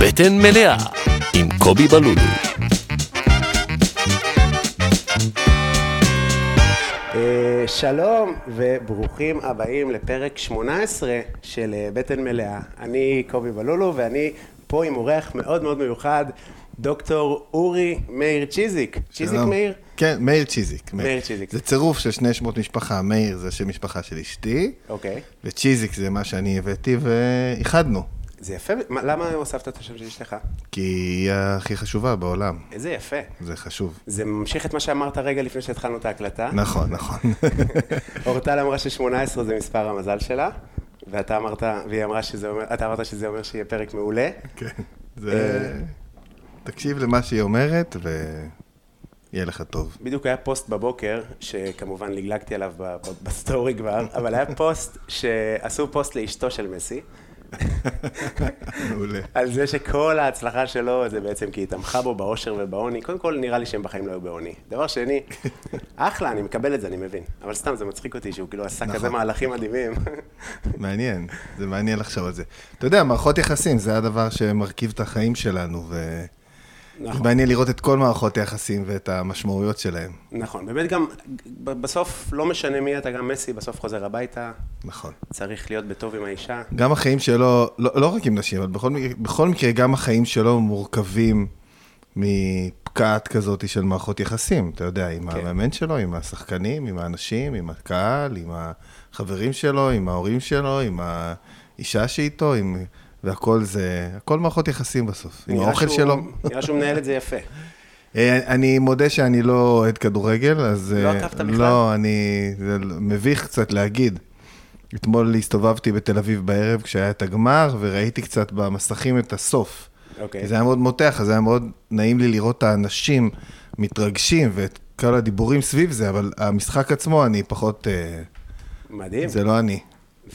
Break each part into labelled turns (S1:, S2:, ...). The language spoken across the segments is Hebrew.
S1: בטן מלאה עם קובי בלולו.
S2: אה, שלום וברוכים הבאים לפרק 18 של אה, בטן מלאה. אני קובי בלולו ואני פה עם אורח מאוד מאוד מיוחד, דוקטור אורי מאיר צ'יזיק. צ'יזיק
S3: שלום.
S2: מאיר?
S3: כן, מאיר צ'יזיק.
S2: מאיר צ'יזיק.
S3: זה צירוף של שני שמות משפחה. מאיר זה שם משפחה של אשתי,
S2: אוקיי.
S3: וצ'יזיק זה מה שאני הבאתי, ואיחדנו,
S2: זה יפה, מה- למה הוספת את השם של אשתך?
S3: כי היא הכי חשובה בעולם.
S2: איזה יפה.
S3: זה חשוב.
S2: זה ממשיך את מה שאמרת רגע לפני שהתחלנו את ההקלטה.
S3: נכון, נכון.
S2: אורטל אמרה ש-18 זה מספר המזל שלה, ואתה אמרת, והיא אמרה שזה אומר, אתה אמרת שזה אומר שיהיה פרק מעולה.
S3: כן. זה...
S2: אה.
S3: תקשיב למה שהיא אומרת, ויהיה לך טוב.
S2: בדיוק היה פוסט בבוקר, שכמובן לגלגתי עליו ב- ב- בסטורי כבר, אבל היה פוסט שעשו פוסט לאשתו של מסי,
S3: מעולה.
S2: על זה שכל ההצלחה שלו זה בעצם כי היא תמכה בו באושר ובעוני. קודם כל, נראה לי שהם בחיים לא היו בעוני. דבר שני, אחלה, אני מקבל את זה, אני מבין. אבל סתם, זה מצחיק אותי שהוא כאילו עשה
S3: נכון.
S2: כזה מהלכים מדהימים.
S3: מעניין, זה מעניין לחשוב על זה. אתה יודע, מערכות יחסים זה הדבר שמרכיב את החיים שלנו, ו...
S2: נכון.
S3: זה מעניין לראות את כל מערכות היחסים ואת המשמעויות שלהם.
S2: נכון, באמת גם, ב- בסוף לא משנה מי אתה, גם מסי בסוף חוזר הביתה,
S3: נכון.
S2: צריך להיות בטוב עם האישה.
S3: גם החיים שלו, לא, לא רק עם נשים, אבל בכל מקרה, בכל מקרה, גם החיים שלו מורכבים מפקעת כזאת של מערכות יחסים, אתה יודע,
S2: כן.
S3: עם כן. המאמן שלו, עם השחקנים, עם האנשים, עם הקהל, עם החברים שלו, עם ההורים שלו, עם האישה שאיתו, עם... והכל זה, הכל מערכות יחסים בסוף, עם
S2: נראה
S3: האוכל
S2: שהוא-
S3: שלו.
S2: נראה שהוא מנהל את זה יפה.
S3: אה, אני מודה שאני לא אוהד כדורגל, אז...
S2: לא
S3: אה,
S2: עקבת בכלל?
S3: לא, אני... זה מביך קצת להגיד. אתמול הסתובבתי בתל אביב בערב כשהיה את הגמר, וראיתי קצת במסכים את הסוף.
S2: אוקיי.
S3: כי זה היה מאוד מותח, אז היה מאוד נעים לי לראות את האנשים מתרגשים ואת כל הדיבורים סביב זה, אבל המשחק עצמו, אני פחות... אה,
S2: מדהים.
S3: זה לא אני.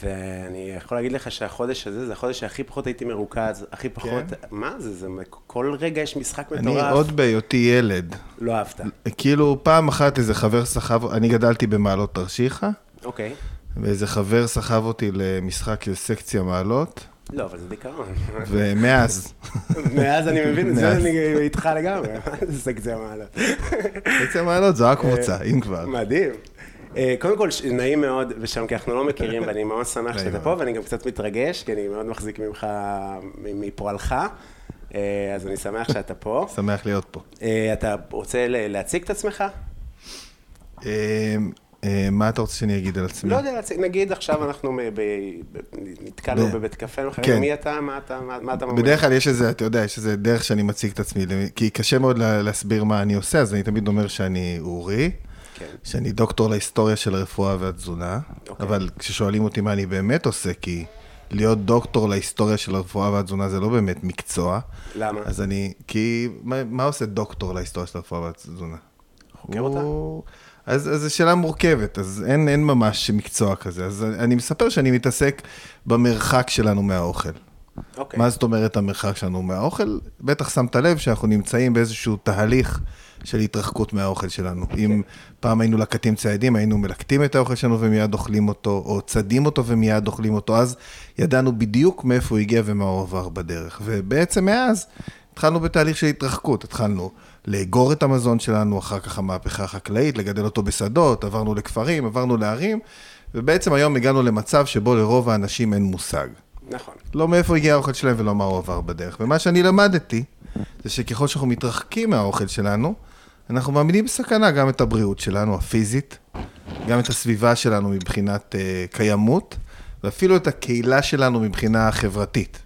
S2: ואני יכול להגיד לך שהחודש הזה, זה החודש שהכי פחות הייתי מרוכז, הכי פחות... מה זה? זה כל רגע יש משחק מטורף.
S3: כן? אני עוד בהיותי ילד.
S2: לא אהבת.
S3: כאילו, פעם אחת איזה חבר סחב... אני גדלתי במעלות תרשיחא.
S2: אוקיי.
S3: ואיזה חבר סחב אותי למשחק של סקציה מעלות,
S2: לא, אבל זה דיכאון.
S3: ומאז,
S2: מאז אני מבין את זה,
S3: מאז.
S2: אני איתך לגמרי. זה כזה מעלות.
S3: סקציה מעלות זו הקבוצה, אם כבר.
S2: מדהים. אה, קודם כל, ש- נעים מאוד, ושם כי אנחנו לא מכירים, ואני מאוד שמח
S3: נעים
S2: שאתה
S3: מאוד.
S2: פה, ואני גם קצת מתרגש, כי אני מאוד מחזיק ממך, מ- מפועלך. אה, אז אני שמח שאתה פה.
S3: שמח להיות פה.
S2: אה, אתה רוצה ל- להציג את עצמך?
S3: אה, אה, מה אתה רוצה שאני אגיד על עצמי?
S2: לא יודע, להציג- נגיד עכשיו אנחנו מ- ב- ב- נתקענו
S3: ב-
S2: בבית קפה, אנחנו
S3: כן.
S2: מי אתה, מה אתה, מה מה אתה ממליץ?
S3: בדרך כלל יש איזה, אתה יודע, יש איזה דרך שאני מציג את עצמי, למי- כי קשה מאוד לה- להסביר מה אני עושה, אז אני תמיד אומר שאני אורי,
S2: כן.
S3: שאני דוקטור להיסטוריה של הרפואה והתזונה,
S2: אוקיי.
S3: אבל כששואלים אותי מה אני באמת עושה, כי להיות דוקטור להיסטוריה של הרפואה והתזונה זה לא באמת מקצוע.
S2: למה?
S3: אז אני, כי מה, מה עושה דוקטור להיסטוריה של הרפואה והתזונה?
S2: חוקר אותה?
S3: אז, אז זו שאלה מורכבת, אז אין, אין ממש מקצוע כזה. אז אני מספר שאני מתעסק במרחק שלנו מהאוכל.
S2: אוקיי.
S3: מה זאת אומרת המרחק שלנו מהאוכל? בטח שמת לב שאנחנו נמצאים באיזשהו תהליך של התרחקות מהאוכל שלנו. אם פעם היינו לקטים ציידים, היינו מלקטים את האוכל שלנו ומיד אוכלים אותו, או צדים אותו ומיד אוכלים אותו, אז ידענו בדיוק מאיפה הוא הגיע ומה הוא עבר בדרך. ובעצם מאז התחלנו בתהליך של התרחקות, התחלנו לאגור את המזון שלנו, אחר כך המהפכה החקלאית, לגדל אותו בשדות, עברנו לכפרים, עברנו לערים, ובעצם היום הגענו למצב שבו לרוב האנשים אין מושג.
S2: נכון.
S3: לא מאיפה הגיע האוכל שלהם ולא מה הוא עבר בדרך. ומה שאני למדתי, זה שככל שאנחנו מתרחקים מהאוכל שלנו, אנחנו מעמידים בסכנה גם את הבריאות שלנו, הפיזית, גם את הסביבה שלנו מבחינת uh, קיימות, ואפילו את הקהילה שלנו מבחינה חברתית.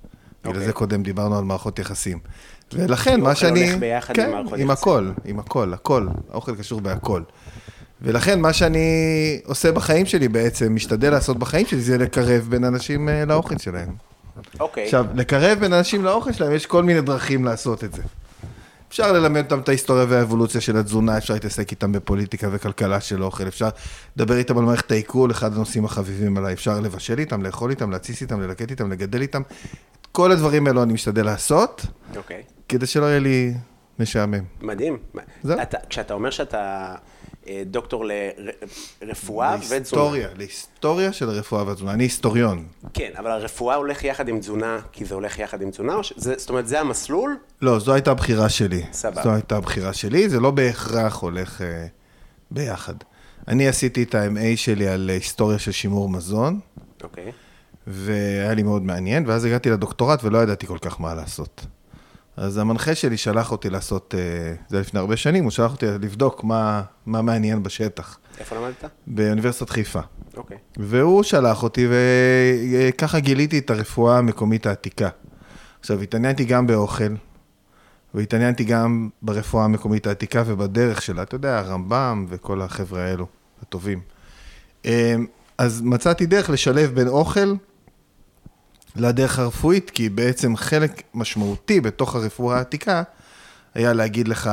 S3: בגלל
S2: אוקיי.
S3: זה קודם דיברנו על מערכות יחסים. ולכן, מה
S2: אוכל
S3: שאני... כן,
S2: הולך ביחד עם מערכות יחסים.
S3: עם הכל, עם הכל, הכל. האוכל קשור בהכל. ולכן, מה שאני עושה בחיים שלי בעצם, משתדל לעשות בחיים שלי, זה לקרב בין אנשים אה, לאוכל שלהם.
S2: אוקיי.
S3: עכשיו, לקרב בין אנשים לאוכל שלהם, יש כל מיני דרכים לעשות את זה. אפשר ללמד אותם את ההיסטוריה והאבולוציה של התזונה, אפשר להתעסק איתם בפוליטיקה וכלכלה של אוכל, אפשר לדבר איתם על מערכת העיכול, אחד הנושאים החביבים עליי, אפשר לבשל איתם, לאכול איתם, להתסיס איתם, ללקט איתם, לגדל איתם. את כל הדברים האלו אני משתדל לעשות,
S2: אוקיי.
S3: כדי שלא יהיה לי משעמם.
S2: מדהים.
S3: זהו.
S2: אתה, כשאתה אומר שאתה אה, דוקטור לרפואה ותזונה.
S3: להיסטוריה, להיסטוריה של הרפואה והתזונה. אני היסטוריון.
S2: כן, אבל הרפואה הולך יחד עם תזונה, כי זה הולך יחד עם תזונה, או ש... זה, זאת אומרת, זה המסלול?
S3: לא, זו הייתה הבחירה שלי.
S2: סבבה.
S3: זו הייתה הבחירה שלי, זה לא בהכרח הולך אה, ביחד. אני עשיתי את ה-MA שלי על היסטוריה של שימור מזון,
S2: אוקיי.
S3: והיה לי מאוד מעניין, ואז הגעתי לדוקטורט ולא ידעתי כל כך מה לעשות. אז המנחה שלי שלח אותי לעשות, אה, זה היה לפני הרבה שנים, הוא שלח אותי לבדוק מה, מה מעניין בשטח,
S2: איפה למדת?
S3: באוניברסיטת חיפה.
S2: אוקיי.
S3: והוא שלח אותי, וככה גיליתי את הרפואה המקומית העתיקה. עכשיו, התעניינתי גם באוכל, והתעניינתי גם ברפואה המקומית העתיקה ובדרך שלה, אתה יודע, הרמב"ם וכל החבר'ה האלו, הטובים. אמ, אז מצאתי דרך לשלב בין אוכל לדרך הרפואית, כי בעצם חלק משמעותי בתוך הרפואה העתיקה היה להגיד לך,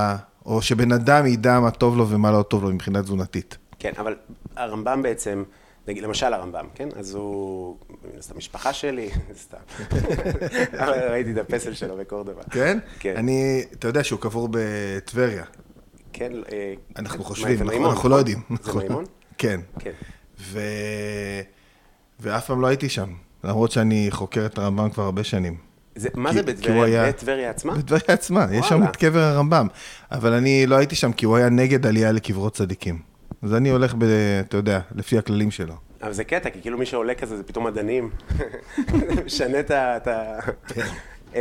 S3: או שבן אדם ידע מה טוב לו ומה לא טוב לו מבחינה תזונתית.
S2: כן, אבל הרמב"ם בעצם, נגיד, למשל הרמב"ם, כן? אז הוא, מן הסתם משפחה שלי, סתם. אבל ראיתי את הפסל שלו בקורדובה.
S3: כן?
S2: כן.
S3: אני, אתה יודע שהוא קבור בטבריה.
S2: כן, אה,
S3: אנחנו
S2: מה,
S3: חושבים,
S2: זה
S3: אנחנו,
S2: מימון, נכון?
S3: אנחנו לא יודעים.
S2: זה מימון?
S3: כן.
S2: כן.
S3: ו... ואף פעם לא הייתי שם, למרות שאני חוקר את הרמב"ם כבר הרבה שנים.
S2: זה- מה
S3: כי-
S2: זה
S3: כי הוא
S2: בטבריה?
S3: היה-
S2: בטבריה עצמה?
S3: בטבריה עצמה, יש שם
S2: וואלה.
S3: את קבר הרמב"ם. אבל אני לא הייתי שם כי הוא היה נגד עלייה לקברות צדיקים. אז אני הולך, ב... אתה יודע, לפי הכללים שלו.
S2: אבל זה קטע, כי כאילו מי שעולה כזה זה פתאום מדענים. זה משנה את ה... את ה-
S3: כן.
S2: אמ,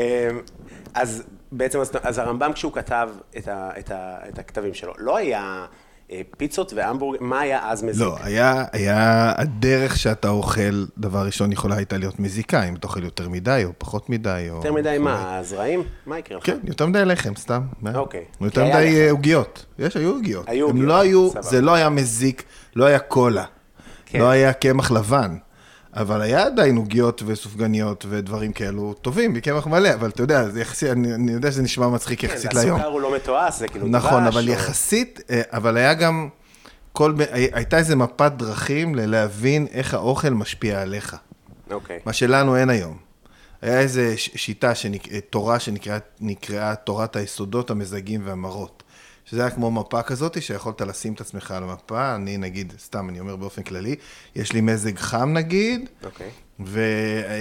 S2: אז בעצם, אז- אז הרמב"ם כשהוא כתב את ה- את ה- את הכתבים שלו, לא היה אה, פיצות והמבורגר, מה היה אז מזיק?
S3: לא, היה, היה הדרך שאתה אוכל, דבר ראשון יכולה הייתה להיות מזיקה, אם אתה אוכל יותר מדי או פחות מדי. או...
S2: יותר מדי מה, הזרעים? מה יקרה לך?
S3: כן, יותר מדי לחם, סתם. מה?
S2: אוקיי.
S3: יותר
S2: כי היה
S3: מדי
S2: לחם.
S3: אה, עוגיות. יש, היו עוגיות.
S2: היו
S3: הם
S2: עוגיות,
S3: לא היו,
S2: סבבה.
S3: זה לא היה מזיק, לא היה קולה.
S2: כן.
S3: לא היה קמח לבן. אבל היה עדיין עוגיות וסופגניות ודברים כאלו טובים, מקמח מלא, אבל אתה יודע, זה יחסי, אני, אני יודע שזה נשמע מצחיק
S2: כן,
S3: יחסית
S2: הסוכר
S3: להיום.
S2: הוא לא מתועש, זה כאילו
S3: נכון,
S2: דבש
S3: אבל
S2: או-
S3: יחסית, אה, אבל היה גם, כל, מ- הי- הייתה איזה מפת דרכים ללהבין איך האוכל משפיע עליך.
S2: אוקיי.
S3: מה שלנו אין היום. היה איזו שיטה, שנק... אה, תורה שנקראה נקראה תורת היסודות, המזגים והמרות. שזה היה כמו מפה כזאת, שיכולת לשים את עצמך על המפה, אני נגיד, סתם, אני אומר באופן כללי, יש לי מזג חם נגיד,
S2: אוקיי.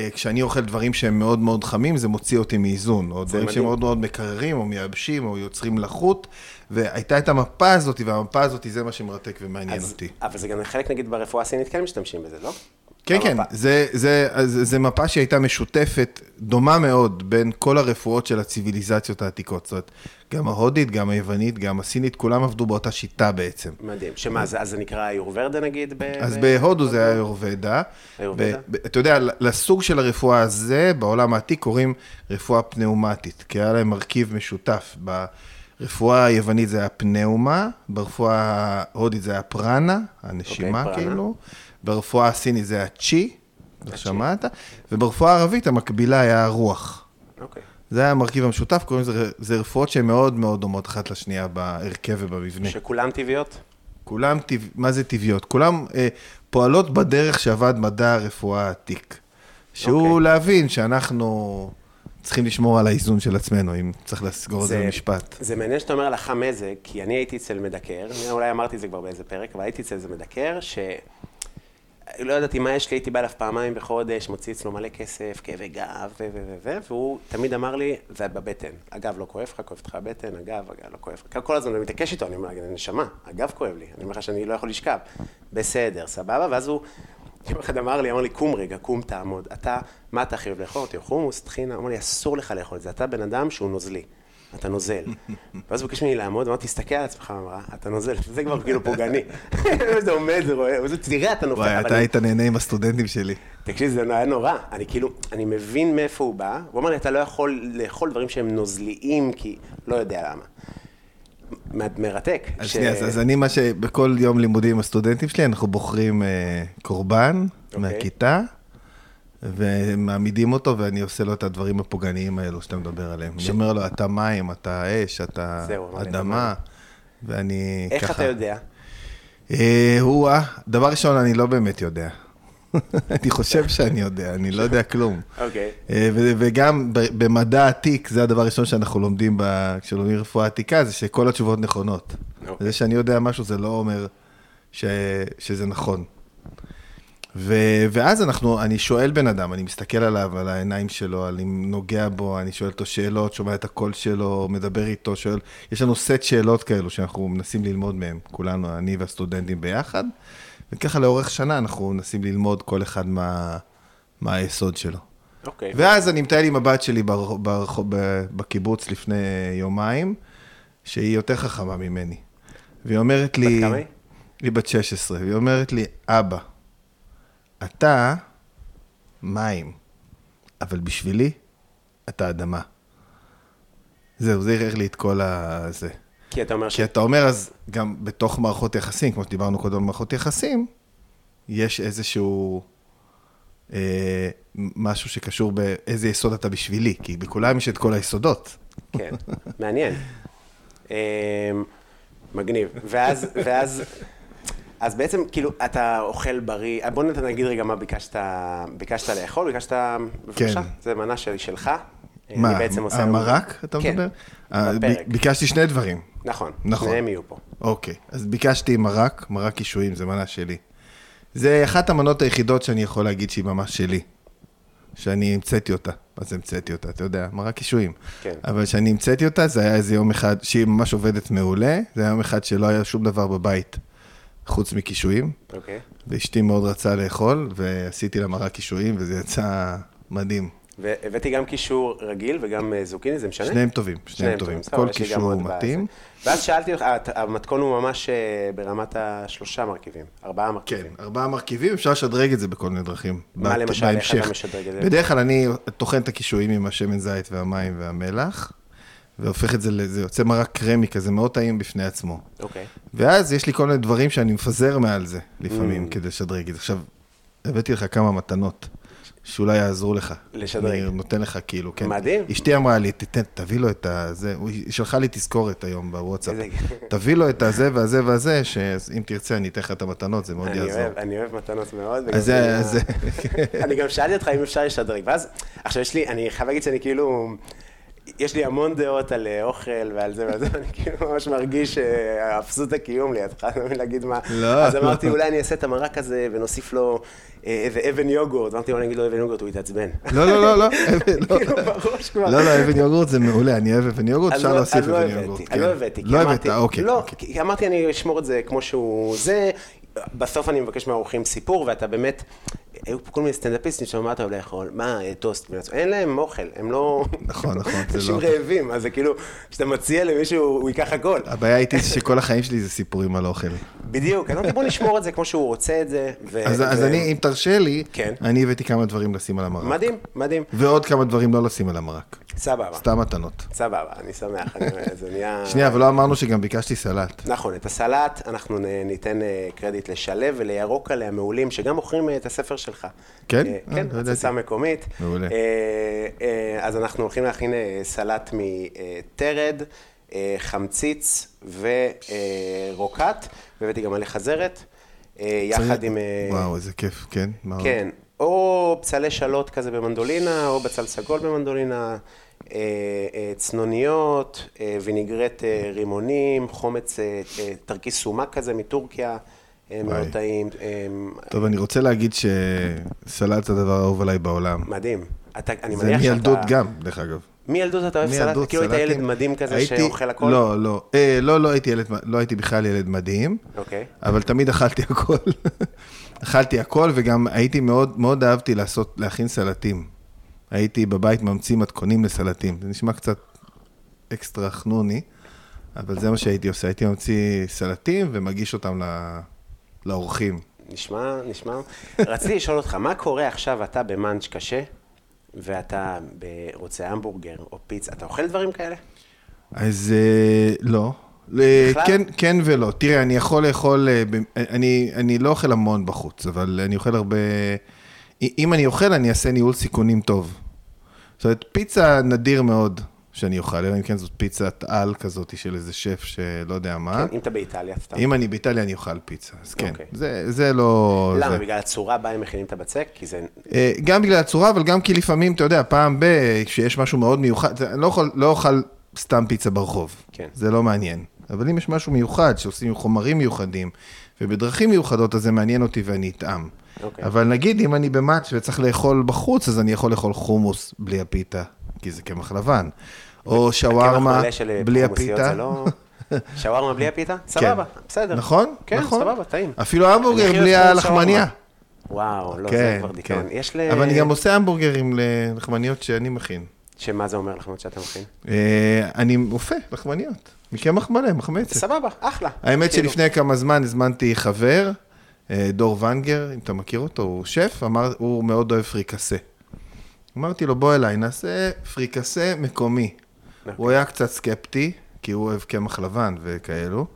S3: וכשאני אוכל דברים שהם מאוד מאוד חמים, זה מוציא אותי מאיזון, או דברים
S2: מדהים.
S3: שהם מאוד מאוד מקררים, או מייבשים, או יוצרים לחות, והייתה את המפה הזאת, והמפה הזאת זה מה שמרתק ומעניין
S2: אז-
S3: אותי.
S2: אבל זה גם חלק נגיד ברפואה הסינית כן משתמשים בזה, לא?
S3: כן, כן,
S2: במפה.
S3: זה, זה, אז זה מפה שהייתה משותפת, דומה מאוד, בין כל הרפואות של הציוויליזציות העתיקות. זאת אומרת, גם ההודית, גם היוונית, גם הסינית, כולם עבדו באותה שיטה בעצם.
S2: מדהים. שמה, זה- אז זה נקרא איורברדה נגיד? ב-
S3: אז
S2: ב-
S3: בהודו זה היה איורבדה.
S2: איורבדה?
S3: ב- ב- אתה יודע, לסוג של הרפואה הזה, בעולם העתיק קוראים רפואה פנאומטית, כי היה להם מרכיב משותף. ברפואה היוונית זה היה פנאומה, ברפואה ההודית זה היה פרנה, הנשימה
S2: אוקיי, פרנה.
S3: כאילו, ברפואה הסינית זה היה צ'י, שמעת? וברפואה הערבית המקבילה היה הרוח.
S2: אוקיי.
S3: זה היה המרכיב המשותף, קוראים לזה זה רפואות שהן מאוד מאוד דומות אחת לשנייה בהרכב ובמבנה.
S2: שכולם טבעיות?
S3: כולם, טבע, מה זה טבעיות? כולם אה, פועלות בדרך שעבד מדע הרפואה העתיק. שהוא okay.
S2: אוקיי.
S3: להבין שאנחנו צריכים לשמור על האיזון של עצמנו, אם צריך לסגור את זה במשפט.
S2: זה מעניין שאתה אומר הלכה מזג, כי אני הייתי אצל מדקר, אני אולי אמרתי את זה כבר באיזה פרק, אבל הייתי אצל איזה מדקר, ש... לא ידעתי מה יש לי, הייתי בא אליו פעמיים בחודש, מוציא אצלו מלא כסף, כאבי גב, ו... ו... ו... ו... והוא תמיד אמר לי, זה בבטן. הגב לא כואב לך, כואבת לך הבטן, הגב, הגב לא כואב לך. כל הזמן אני מתעקש איתו, אני אומר, נשמה, הגב כואב לי, אני אומר לך שאני לא יכול לשכב. בסדר, סבבה? ואז הוא... יום אחד אמר לי, אמר לי, קום רגע, קום, תעמוד. אתה, מה אתה חייב לאכול? אמרתי, לו, חומוס, טחינה. אמר לי, אסור לך לאכול את זה, אתה בן אדם שהוא נוזלי. אתה נוזל. ואז הוא ביקש ממני לעמוד, אמרתי, תסתכל על עצמך, הוא אמר, אתה נוזל, זה כבר כאילו פוגעני. אתה עומד, זה רואה, וזה, תראה, אתה נופל.
S3: וואי,
S2: אבל
S3: אתה
S2: אני-
S3: היית נהנה עם הסטודנטים שלי.
S2: תקשיב, זה היה נורא. אני כאילו, אני מבין מאיפה הוא בא. הוא אמר לי, אתה לא יכול לאכול דברים שהם נוזליים, כי לא יודע למה. מ- מרתק.
S3: אז
S2: ש-
S3: שנייה, אז, אז אני מה שבכל יום לימודים עם הסטודנטים שלי, אנחנו בוחרים אה, קורבן okay.
S2: אוקיי.
S3: מהכיתה, ומעמידים אותו, ואני עושה לו את הדברים הפוגעניים האלו שאתה מדבר עליהם. אני אומר לו, אתה מים, אתה אש, אתה
S2: זהו, אמרתי, אתה
S3: אדמה, ואני ככה...
S2: איך אתה יודע?
S3: אה, הוא-אה, דבר ראשון, אני לא באמת יודע. אני חושב שאני יודע, אני לא יודע כלום.
S2: אוקיי.
S3: אה, ו- וגם ב- במדע עתיק, זה הדבר הראשון שאנחנו לומדים ב- כשלומדים רפואה עתיקה, זה שכל התשובות נכונות. זה שאני יודע משהו זה לא אומר ש, שזה נכון. ו, ואז אנחנו, אני שואל בן אדם, אני מסתכל עליו, על העיניים שלו, אני נוגע בו, אני שואל אותו שאלות, שומע את הקול שלו, מדבר איתו, שואל, יש לנו סט שאלות כאלו שאנחנו מנסים ללמוד מהם, כולנו, אני והסטודנטים ביחד, וככה לאורך שנה אנחנו מנסים ללמוד כל אחד מה, מה היסוד שלו.
S2: אוקיי.
S3: ואז אני מטייל עם הבת שלי בר, ברחוב- ב- בקיבוץ לפני יומיים, שהיא יותר חכמה ממני. והיא אומרת לי...
S2: בת כמה היא?
S3: היא בת 16, והיא אומרת לי, אבא, אתה מים, אבל בשבילי אתה אדמה. זהו, זה ערער לי את כל ה... זה.
S2: כי אתה אומר ש...
S3: כי אתה אומר, אז גם בתוך מערכות יחסים, כמו שדיברנו קודם על מערכות יחסים, יש איזשהו אה, משהו שקשור באיזה יסוד אתה בשבילי, כי בכולם יש את כל היסודות.
S2: כן, מעניין. אמ, מגניב. ואז, ואז, אז בעצם, כאילו, אתה אוכל בריא, בוא נת- נגיד רגע מה ביקשת, ביקשת לאכול, ביקשת, בבקשה,
S3: כן.
S2: זה מנה שלי שלך.
S3: מה,
S2: אני אה, בעצם עושה...
S3: המרק, אתה
S2: כן,
S3: מדבר? אה, ב-
S2: בפרק.
S3: ביקשתי שני דברים.
S2: נכון,
S3: נכון.
S2: שניהם יהיו פה.
S3: אוקיי, אז ביקשתי מרק, מרק קישואים, זה מנה שלי. זה אחת המנות היחידות שאני יכול להגיד שהיא ממש שלי. שאני המצאתי אותה, אז המצאתי אותה, אתה יודע, מרק קישואים.
S2: כן.
S3: אבל כשאני המצאתי אותה, זה היה איזה יום אחד, שהיא ממש עובדת מעולה, זה היה יום אחד שלא היה שום דבר בבית חוץ מקישואים,
S2: אוקיי.
S3: ואשתי מאוד רצה לאכול, ועשיתי לה מרק קישואים, וזה יצא מדהים.
S2: והבאתי גם קישור רגיל וגם אה, זוקיני, זה משנה?
S3: שניהם טובים, שניהם טובים.
S2: סבבה,
S3: כל
S2: יש לי גם
S3: קישור
S2: עוד בזה.
S3: מתאים.
S2: ואז שאלתי אותך, אה, ת- המתכון הוא ממש אה, ברמת השלושה מרכיבים, ארבעה
S3: כן,
S2: מרכיבים.
S3: ארבעה מרכיבים, אפשר לשדרג את זה בכל מיני דרכים.
S2: מה
S3: בת-
S2: למשל, איך אתה
S3: בהמשך.
S2: משדרג את זה?
S3: בדרך כלל אני טוחן את הקישואים עם השמן זית והמים והמלח, והופך את זה, ל- זה יוצא מרק קרמי כזה, מאוד טעים בפני עצמו.
S2: אוקיי.
S3: ואז יש לי כל מיני דברים שאני מפזר מעל זה
S2: Mm.
S3: לפעמים, כדי לשדרג את זה. עכשיו, הבאתי לך כמה מתנות. שאולי יעזרו לך.
S2: לשדרג.
S3: אני נותן לך כאילו, כן.
S2: מדהים.
S3: אשתי אמרה לי, תתן, תביא לו את הזה, הוא- היא שלחה לי תזכורת היום בוואטסאפ.
S2: איזה-
S3: תביא לו את הזה והזה והזה, שאם תרצה אני אתן לך את המתנות, זה מאוד
S2: אני
S3: יעזור.
S2: אוהב, אני אוהב מתנות מאוד. וגם
S3: אז זה,
S2: אני-
S3: אז זה,
S2: אני גם שאלתי אותך אם אפשר לשדרג, ואז, עכשיו יש לי, אני חייב להגיד שאני כאילו, יש לי המון דעות על אה, אוכל ועל זה ועל זה, ואני כאילו ממש מרגיש אה, אפסות הקיום לידך, אתה מבין להגיד מה.
S3: לא.
S2: אז אמרתי, אולי אני אעשה את המרק הזה ונוסיף לו אה, איזה אבן יוגורט, אמרתי, אולי אני אגיד לו אבן יוגורט, הוא יתעצבן.
S3: לא, לא, לא, לא, אבן, לא.
S2: כאילו, בראש כבר.
S3: לא, לא, אבן יוגורט זה מעולה, אני אוהב אבן יוגורט,
S2: אז
S3: אפשר
S2: לא-
S3: להוסיף
S2: אז לא
S3: אבן
S2: הבאתי,
S3: יוגורט.
S2: אז
S3: כן.
S2: לא הבאתי, כי
S3: לא הבאת,
S2: אמרתי-
S3: אוקיי.
S2: לא,
S3: אוקיי.
S2: כי אמרתי, אני אשמור את זה כמו שהוא זה. בסוף אני מבקש מהאורחים סיפור, ואתה באמת, היו פה כל מיני סטנדאפיסטים שאומרים, מה אתה אוהב לאכול? מה, אה, טוסט? ואז- אין להם אוכל, הם לא...
S3: נכון, נכון, זה
S2: אנשים
S3: לא-
S2: רעבים, אז זה כאילו, כשאתה מציע למישהו, הוא ייקח הכל.
S3: הבעיה איתי זה שכל החיים שלי זה סיפורים על אוכל.
S2: אה, בדיוק, אז אמרתי, בוא נשמור את זה כמו שהוא רוצה את זה. ו-
S3: אז אז
S2: ו-
S3: אני, אם תרשה לי,
S2: כן.
S3: אני הבאתי כמה דברים לשים על המרק.
S2: מדהים, מדהים.
S3: ועוד כמה דברים לא לשים על המרק.
S2: סבבה,
S3: סתם מתנות.
S2: סבבה, אני שמח, אני- זה נהיה...
S3: שנייה, אבל לא אמרנו שגם ביקשתי סלט.
S2: נכון, את הסלט, אנחנו נ- ניתן אה, קרדיט לשלו ולירוקלה המעולים, שגם מוכרים אה, את הספר שלך.
S3: כן?
S2: אה,
S3: אה,
S2: כן,
S3: לא
S2: הצצה
S3: ידעתי.
S2: מקומית.
S3: מעולה.
S2: אה, אה, אז אנחנו הולכים להכין אה, סלט מטרד, אה, חמציץ ורוקט, והבאתי גם מלא חזרת, אה, יחד עם... אה,
S3: וואו, איזה כיף, כן? מה עוד?
S2: כן, או פצלי שלוט כזה במנדולינה, או בצל סגול במנדולינה, אה, אה, צנוניות, אה, וינגרט אה, רימונים, חומץ, אה, אה, תרכיס סומק כזה מטורקיה, אה, מאוד
S3: וואי.
S2: טעים, אה,
S3: טוב, אני רוצה להגיד שסלט זה הדבר האהוב עליי בעולם.
S2: מדהים. אתה, אני
S3: זה
S2: מניח שאתה...
S3: מילדות גם, דרך אגב.
S2: מילדות אתה אוהב סלט?
S3: מילדות
S2: כאילו היית
S3: סלטים.
S2: ילד מדהים כזה
S3: הייתי-
S2: שאוכל הכל?
S3: לא, לא. אה, לא, לא הייתי ילד, לא הייתי בכלל ילד מדהים,
S2: אוקיי.
S3: אבל תמיד אכלתי הכל. אכלתי הכל, וגם הייתי מאוד, מאוד אהבתי לעשות, להכין סלטים. הייתי בבית ממציא מתכונים לסלטים. זה נשמע קצת אקסטרה חנוני, אבל זה מה שהייתי עושה. הייתי ממציא סלטים ומגיש אותם ל- לאורחים.
S2: נשמע, נשמע. רציתי לשאול אותך, מה קורה עכשיו אתה במאנץ' קשה, ואתה ב- רוצה המבורגר או פיצה, אתה אוכל דברים כאלה?
S3: אז אה, לא. אה,
S2: בכלל?
S3: כן, כן ולא. תראה, אני יכול לאכול, אה, ב- אני, אני לא אוכל המון בחוץ, אבל אני אוכל הרבה... אם אני אוכל, אני אעשה ניהול סיכונים טוב. זאת אומרת, פיצה נדיר מאוד שאני אוכל, אלא אם כן זאת פיצת על כזאת של איזה שף שלא יודע מה.
S2: כן, אם אתה באיטליה, סתם.
S3: אה? אם אני באיטליה, אני אוכל פיצה, אז כן.
S2: אוקיי.
S3: זה, זה לא...
S2: למה?
S3: זה.
S2: בגלל הצורה בה הם מכינים את הבצק? כי זה...
S3: אה, גם בגלל הצורה, אבל גם כי לפעמים, אתה יודע, פעם ב... כשיש משהו מאוד מיוחד, אני לא, יכול, לא אוכל סתם פיצה ברחוב.
S2: כן.
S3: זה לא מעניין. אבל אם יש משהו מיוחד שעושים עם חומרים מיוחדים ובדרכים מיוחדות, אז זה מעניין אותי ואני אטעם.
S2: אוקיי.
S3: אבל נגיד, אם אני במאץ' וצריך לאכול בחוץ, אז אני יכול לאכול חומוס בלי הפיתה, כי זה קמח לבן. או שווארמה
S2: מלא של אה,
S3: בלי
S2: חומוסיות,
S3: הפיתה. כן.
S2: זה לא- שווארמה בלי הפיתה? סבבה, בסדר.
S3: נכון?
S2: כן,
S3: נכון.
S2: סבבה, טעים.
S3: אפילו
S2: אני
S3: המבורגר
S2: הכי
S3: בלי
S2: אוהב
S3: הלחמניה.
S2: שווארמה. וואו, לא, זה
S3: כן,
S2: כבר דיכאון.
S3: כן.
S2: יש ל...
S3: אבל אני גם עושה המבורגרים ללחמניות שאני מכין.
S2: שמה זה אומר לחמות שאתה מכין?
S3: אה, אני אופה לחמניות, מקמח מלא, מחמצת.
S2: סבבה, אחלה.
S3: האמת
S2: כאילו,
S3: שלפני כמה זמן הזמנתי חבר, אה, דור ונגר, אם אתה מכיר אותו, הוא שף, אמר, הוא מאוד אוהב פריקסה. אמרתי לו, בוא אליי, נעשה פריקסה מקומי.
S2: אוקיי.
S3: הוא היה קצת סקפטי, כי הוא אוהב קמח לבן וכאלו,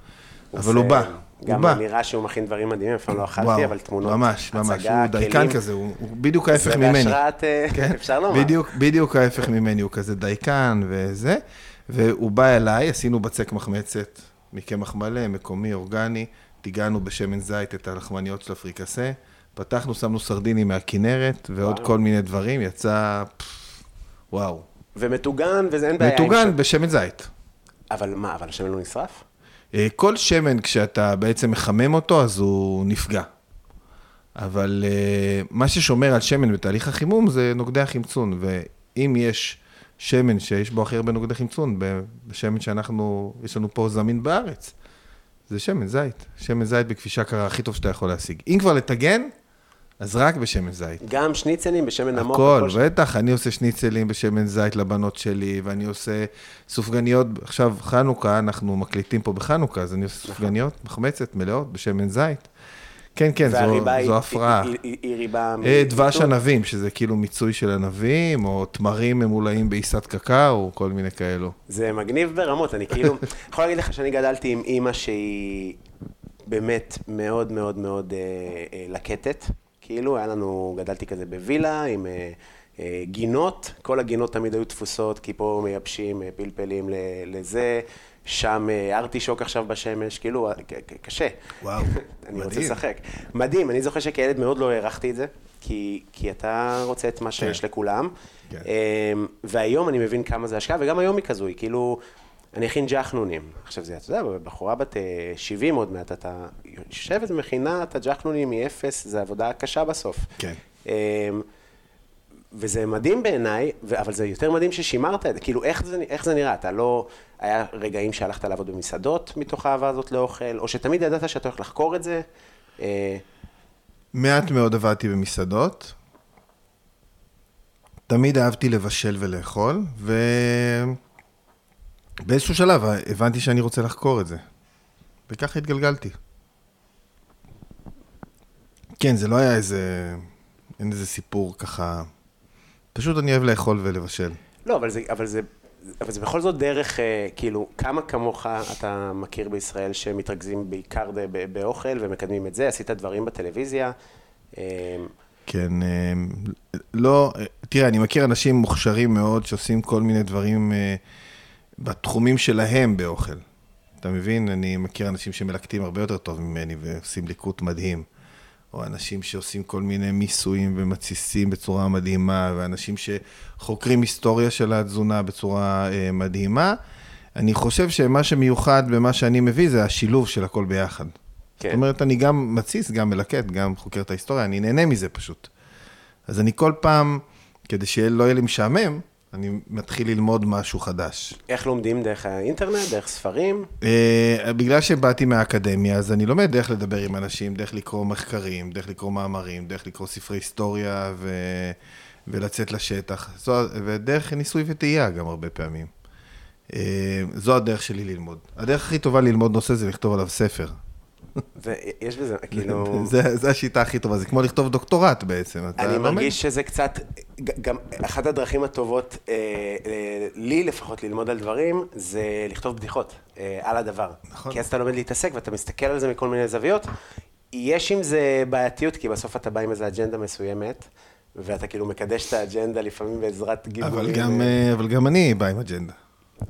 S3: אבל
S2: זה-
S3: הוא בא, הוא
S2: אה, גם
S3: בא.
S2: נראה שהוא מכין דברים מדהימים, אף פעם לא
S3: וואו,
S2: אכלתי, אבל תמונות,
S3: ממש, ממש,
S2: הצגה,
S3: הוא דייקן
S2: כלים.
S3: כזה, הוא הוא בדיוק ההפך
S2: זה
S3: ממני.
S2: בהשראת, אה,
S3: כן,
S2: אפשר לומר.
S3: בדיוק, בדיוק ההפך ממני, הוא כזה דייקן וזה, והוא בא אליי, עשינו בצק מחמצת מקמח מלא, מקומי, אורגני, טיגנו בשמן זית את הלחמניות של הפריקסה, פתחנו, שמנו סרדינים מהכינרת, ועוד
S2: וואו.
S3: כל מיני דברים, יצא, פפ, וואו.
S2: ומטוגן, וזה אין בעיה. עם
S3: מטוגן
S2: ש-
S3: בשמן זית.
S2: אבל מה, אבל השמן לא נשרף?
S3: אה, כל שמן, כשאתה בעצם מחמם אותו, אז הוא נפגע. אבל אה, מה ששומר על שמן בתהליך החימום זה נוגדי החמצון, ואם יש שמן שיש בו הכי הרבה נוגדי חמצון, ב- בשמן שאנחנו, יש לנו פה זמין בארץ, זה שמן זית. שמן זית בכבישה קרה הכי טוב שאתה יכול להשיג. אם כבר לטגן, אז רק בשמן זית.
S2: גם שניצלים בשמן עמוק.
S3: הכל,
S2: ש-
S3: בטח, אני עושה שניצלים בשמן זית לבנות שלי, ואני עושה סופגניות, עכשיו חנוכה, אנחנו מקליטים פה בחנוכה, אז אני עושה
S2: נכון.
S3: סופגניות מחמצת מלאות בשמן זית. כן, כן, זו,
S2: והריבה היא-
S3: זו הפרעה.
S2: היא- היא- היא ריבה... מ-
S3: אה, דבש
S2: מיתוג.
S3: ענבים, שזה כאילו מיצוי של ענבים, או תמרים ממולאים בעיסת קקאו, כל מיני כאלו.
S2: זה מגניב ברמות, אני כאילו, יכול להגיד לך שאני גדלתי עם אימא שהיא באמת מאוד מאוד מאוד אה, אה, לקטת, כאילו, היה לנו, גדלתי כזה בווילה עם אה, אה, גינות, כל הגינות תמיד היו תפוסות, כי פה מייבשים אה, פלפלים ל- לזה, שם אה, ארטישוק עכשיו בשמש, כאילו, אה, ק- ק- קשה.
S3: וואו,
S2: אני רוצה
S3: מדהים.
S2: לשחק. מדהים, אני זוכר שכילד מאוד לא הערכתי את זה, כי, כי אתה רוצה את מה שיש לכולם.
S3: כן.
S2: אמ, והיום אני מבין כמה זה השקעה, וגם היום היא כזו, היא כאילו, אני אכין ג'חנונים. עכשיו זה, אתה יודע, בחורה בת אה, 70 עוד מעט, אתה יושבת ומכינה את הג'חנונים מאפס, זו עבודה קשה בסוף.
S3: כן.
S2: אמ, וזה מדהים בעיניי, ו- אבל זה יותר מדהים ששימרת את זה, כאילו איך זה, איך זה נראה, אתה לא, היה רגעים שהלכת לעבוד במסעדות מתוך האהבה הזאת לאוכל, או שתמיד ידעת שאתה הולך לחקור את זה, אה,
S3: מעט מאוד עבדתי במסעדות. תמיד אהבתי לבשל ולאכול, ובאיזשהו שלב הבנתי שאני רוצה לחקור את זה. וככה התגלגלתי. כן, זה לא היה איזה... אין איזה סיפור ככה... פשוט אני אוהב לאכול ולבשל.
S2: לא, אבל זה, אבל זה, אבל זה בכל זאת דרך, אה, כאילו, כמה כמוך אתה מכיר בישראל שמתרכזים בעיקר ב- ב- באוכל ומקדמים את זה, עשית דברים בטלוויזיה, אה,
S3: כן, אה, לא, אה, תראה, אני מכיר אנשים מוכשרים מאוד שעושים כל מיני דברים אה, בתחומים שלהם באוכל. אתה מבין? אני מכיר אנשים שמלקטים הרבה יותר טוב ממני ועושים ליקוט מדהים. או אנשים שעושים כל מיני מיסויים ומתסיסים בצורה מדהימה, ואנשים שחוקרים היסטוריה של התזונה בצורה אה, מדהימה. אני חושב שמה שמיוחד במה שאני מביא זה השילוב של הכל ביחד.
S2: כן.
S3: כן. זאת אומרת, אני גם מתסיס, גם מלקט, גם חוקר את ההיסטוריה, אני נהנה מזה פשוט. אז אני כל פעם, כדי שלא יהיה לי משעמם, אני מתחיל ללמוד משהו חדש.
S2: איך לומדים דרך האינטרנט, דרך ספרים,
S3: אה, בגלל שבאתי מהאקדמיה, אז אני לומד איך לדבר עם אנשים, דרך לקרוא מחקרים, דרך לקרוא מאמרים, דרך לקרוא ספרי היסטוריה ו... ולצאת לשטח, זו... ודרך ניסוי וטעייה גם הרבה פעמים. אה, זו הדרך שלי ללמוד. הדרך הכי טובה ללמוד נושא זה לכתוב עליו ספר.
S2: ויש בזה, כאילו...
S3: זה, זה השיטה הכי טובה, זה כמו לכתוב דוקטורט בעצם. אתה
S2: אני
S3: לומד.
S2: מרגיש שזה קצת, ג- גם אחת הדרכים הטובות, אה, אה, לי לפחות, ללמוד על דברים, זה לכתוב בדיחות אה, על הדבר.
S3: נכון.
S2: כי אז אתה לומד להתעסק ואתה מסתכל על זה מכל מיני זוויות. יש עם זה בעייתיות, כי בסוף אתה בא עם איזו אג'נדה מסוימת, ואתה כאילו מקדש את האג'נדה לפעמים בעזרת גיבורים.
S3: אבל גם,
S2: אה,
S3: אה, אבל גם אני בא עם אג'נדה.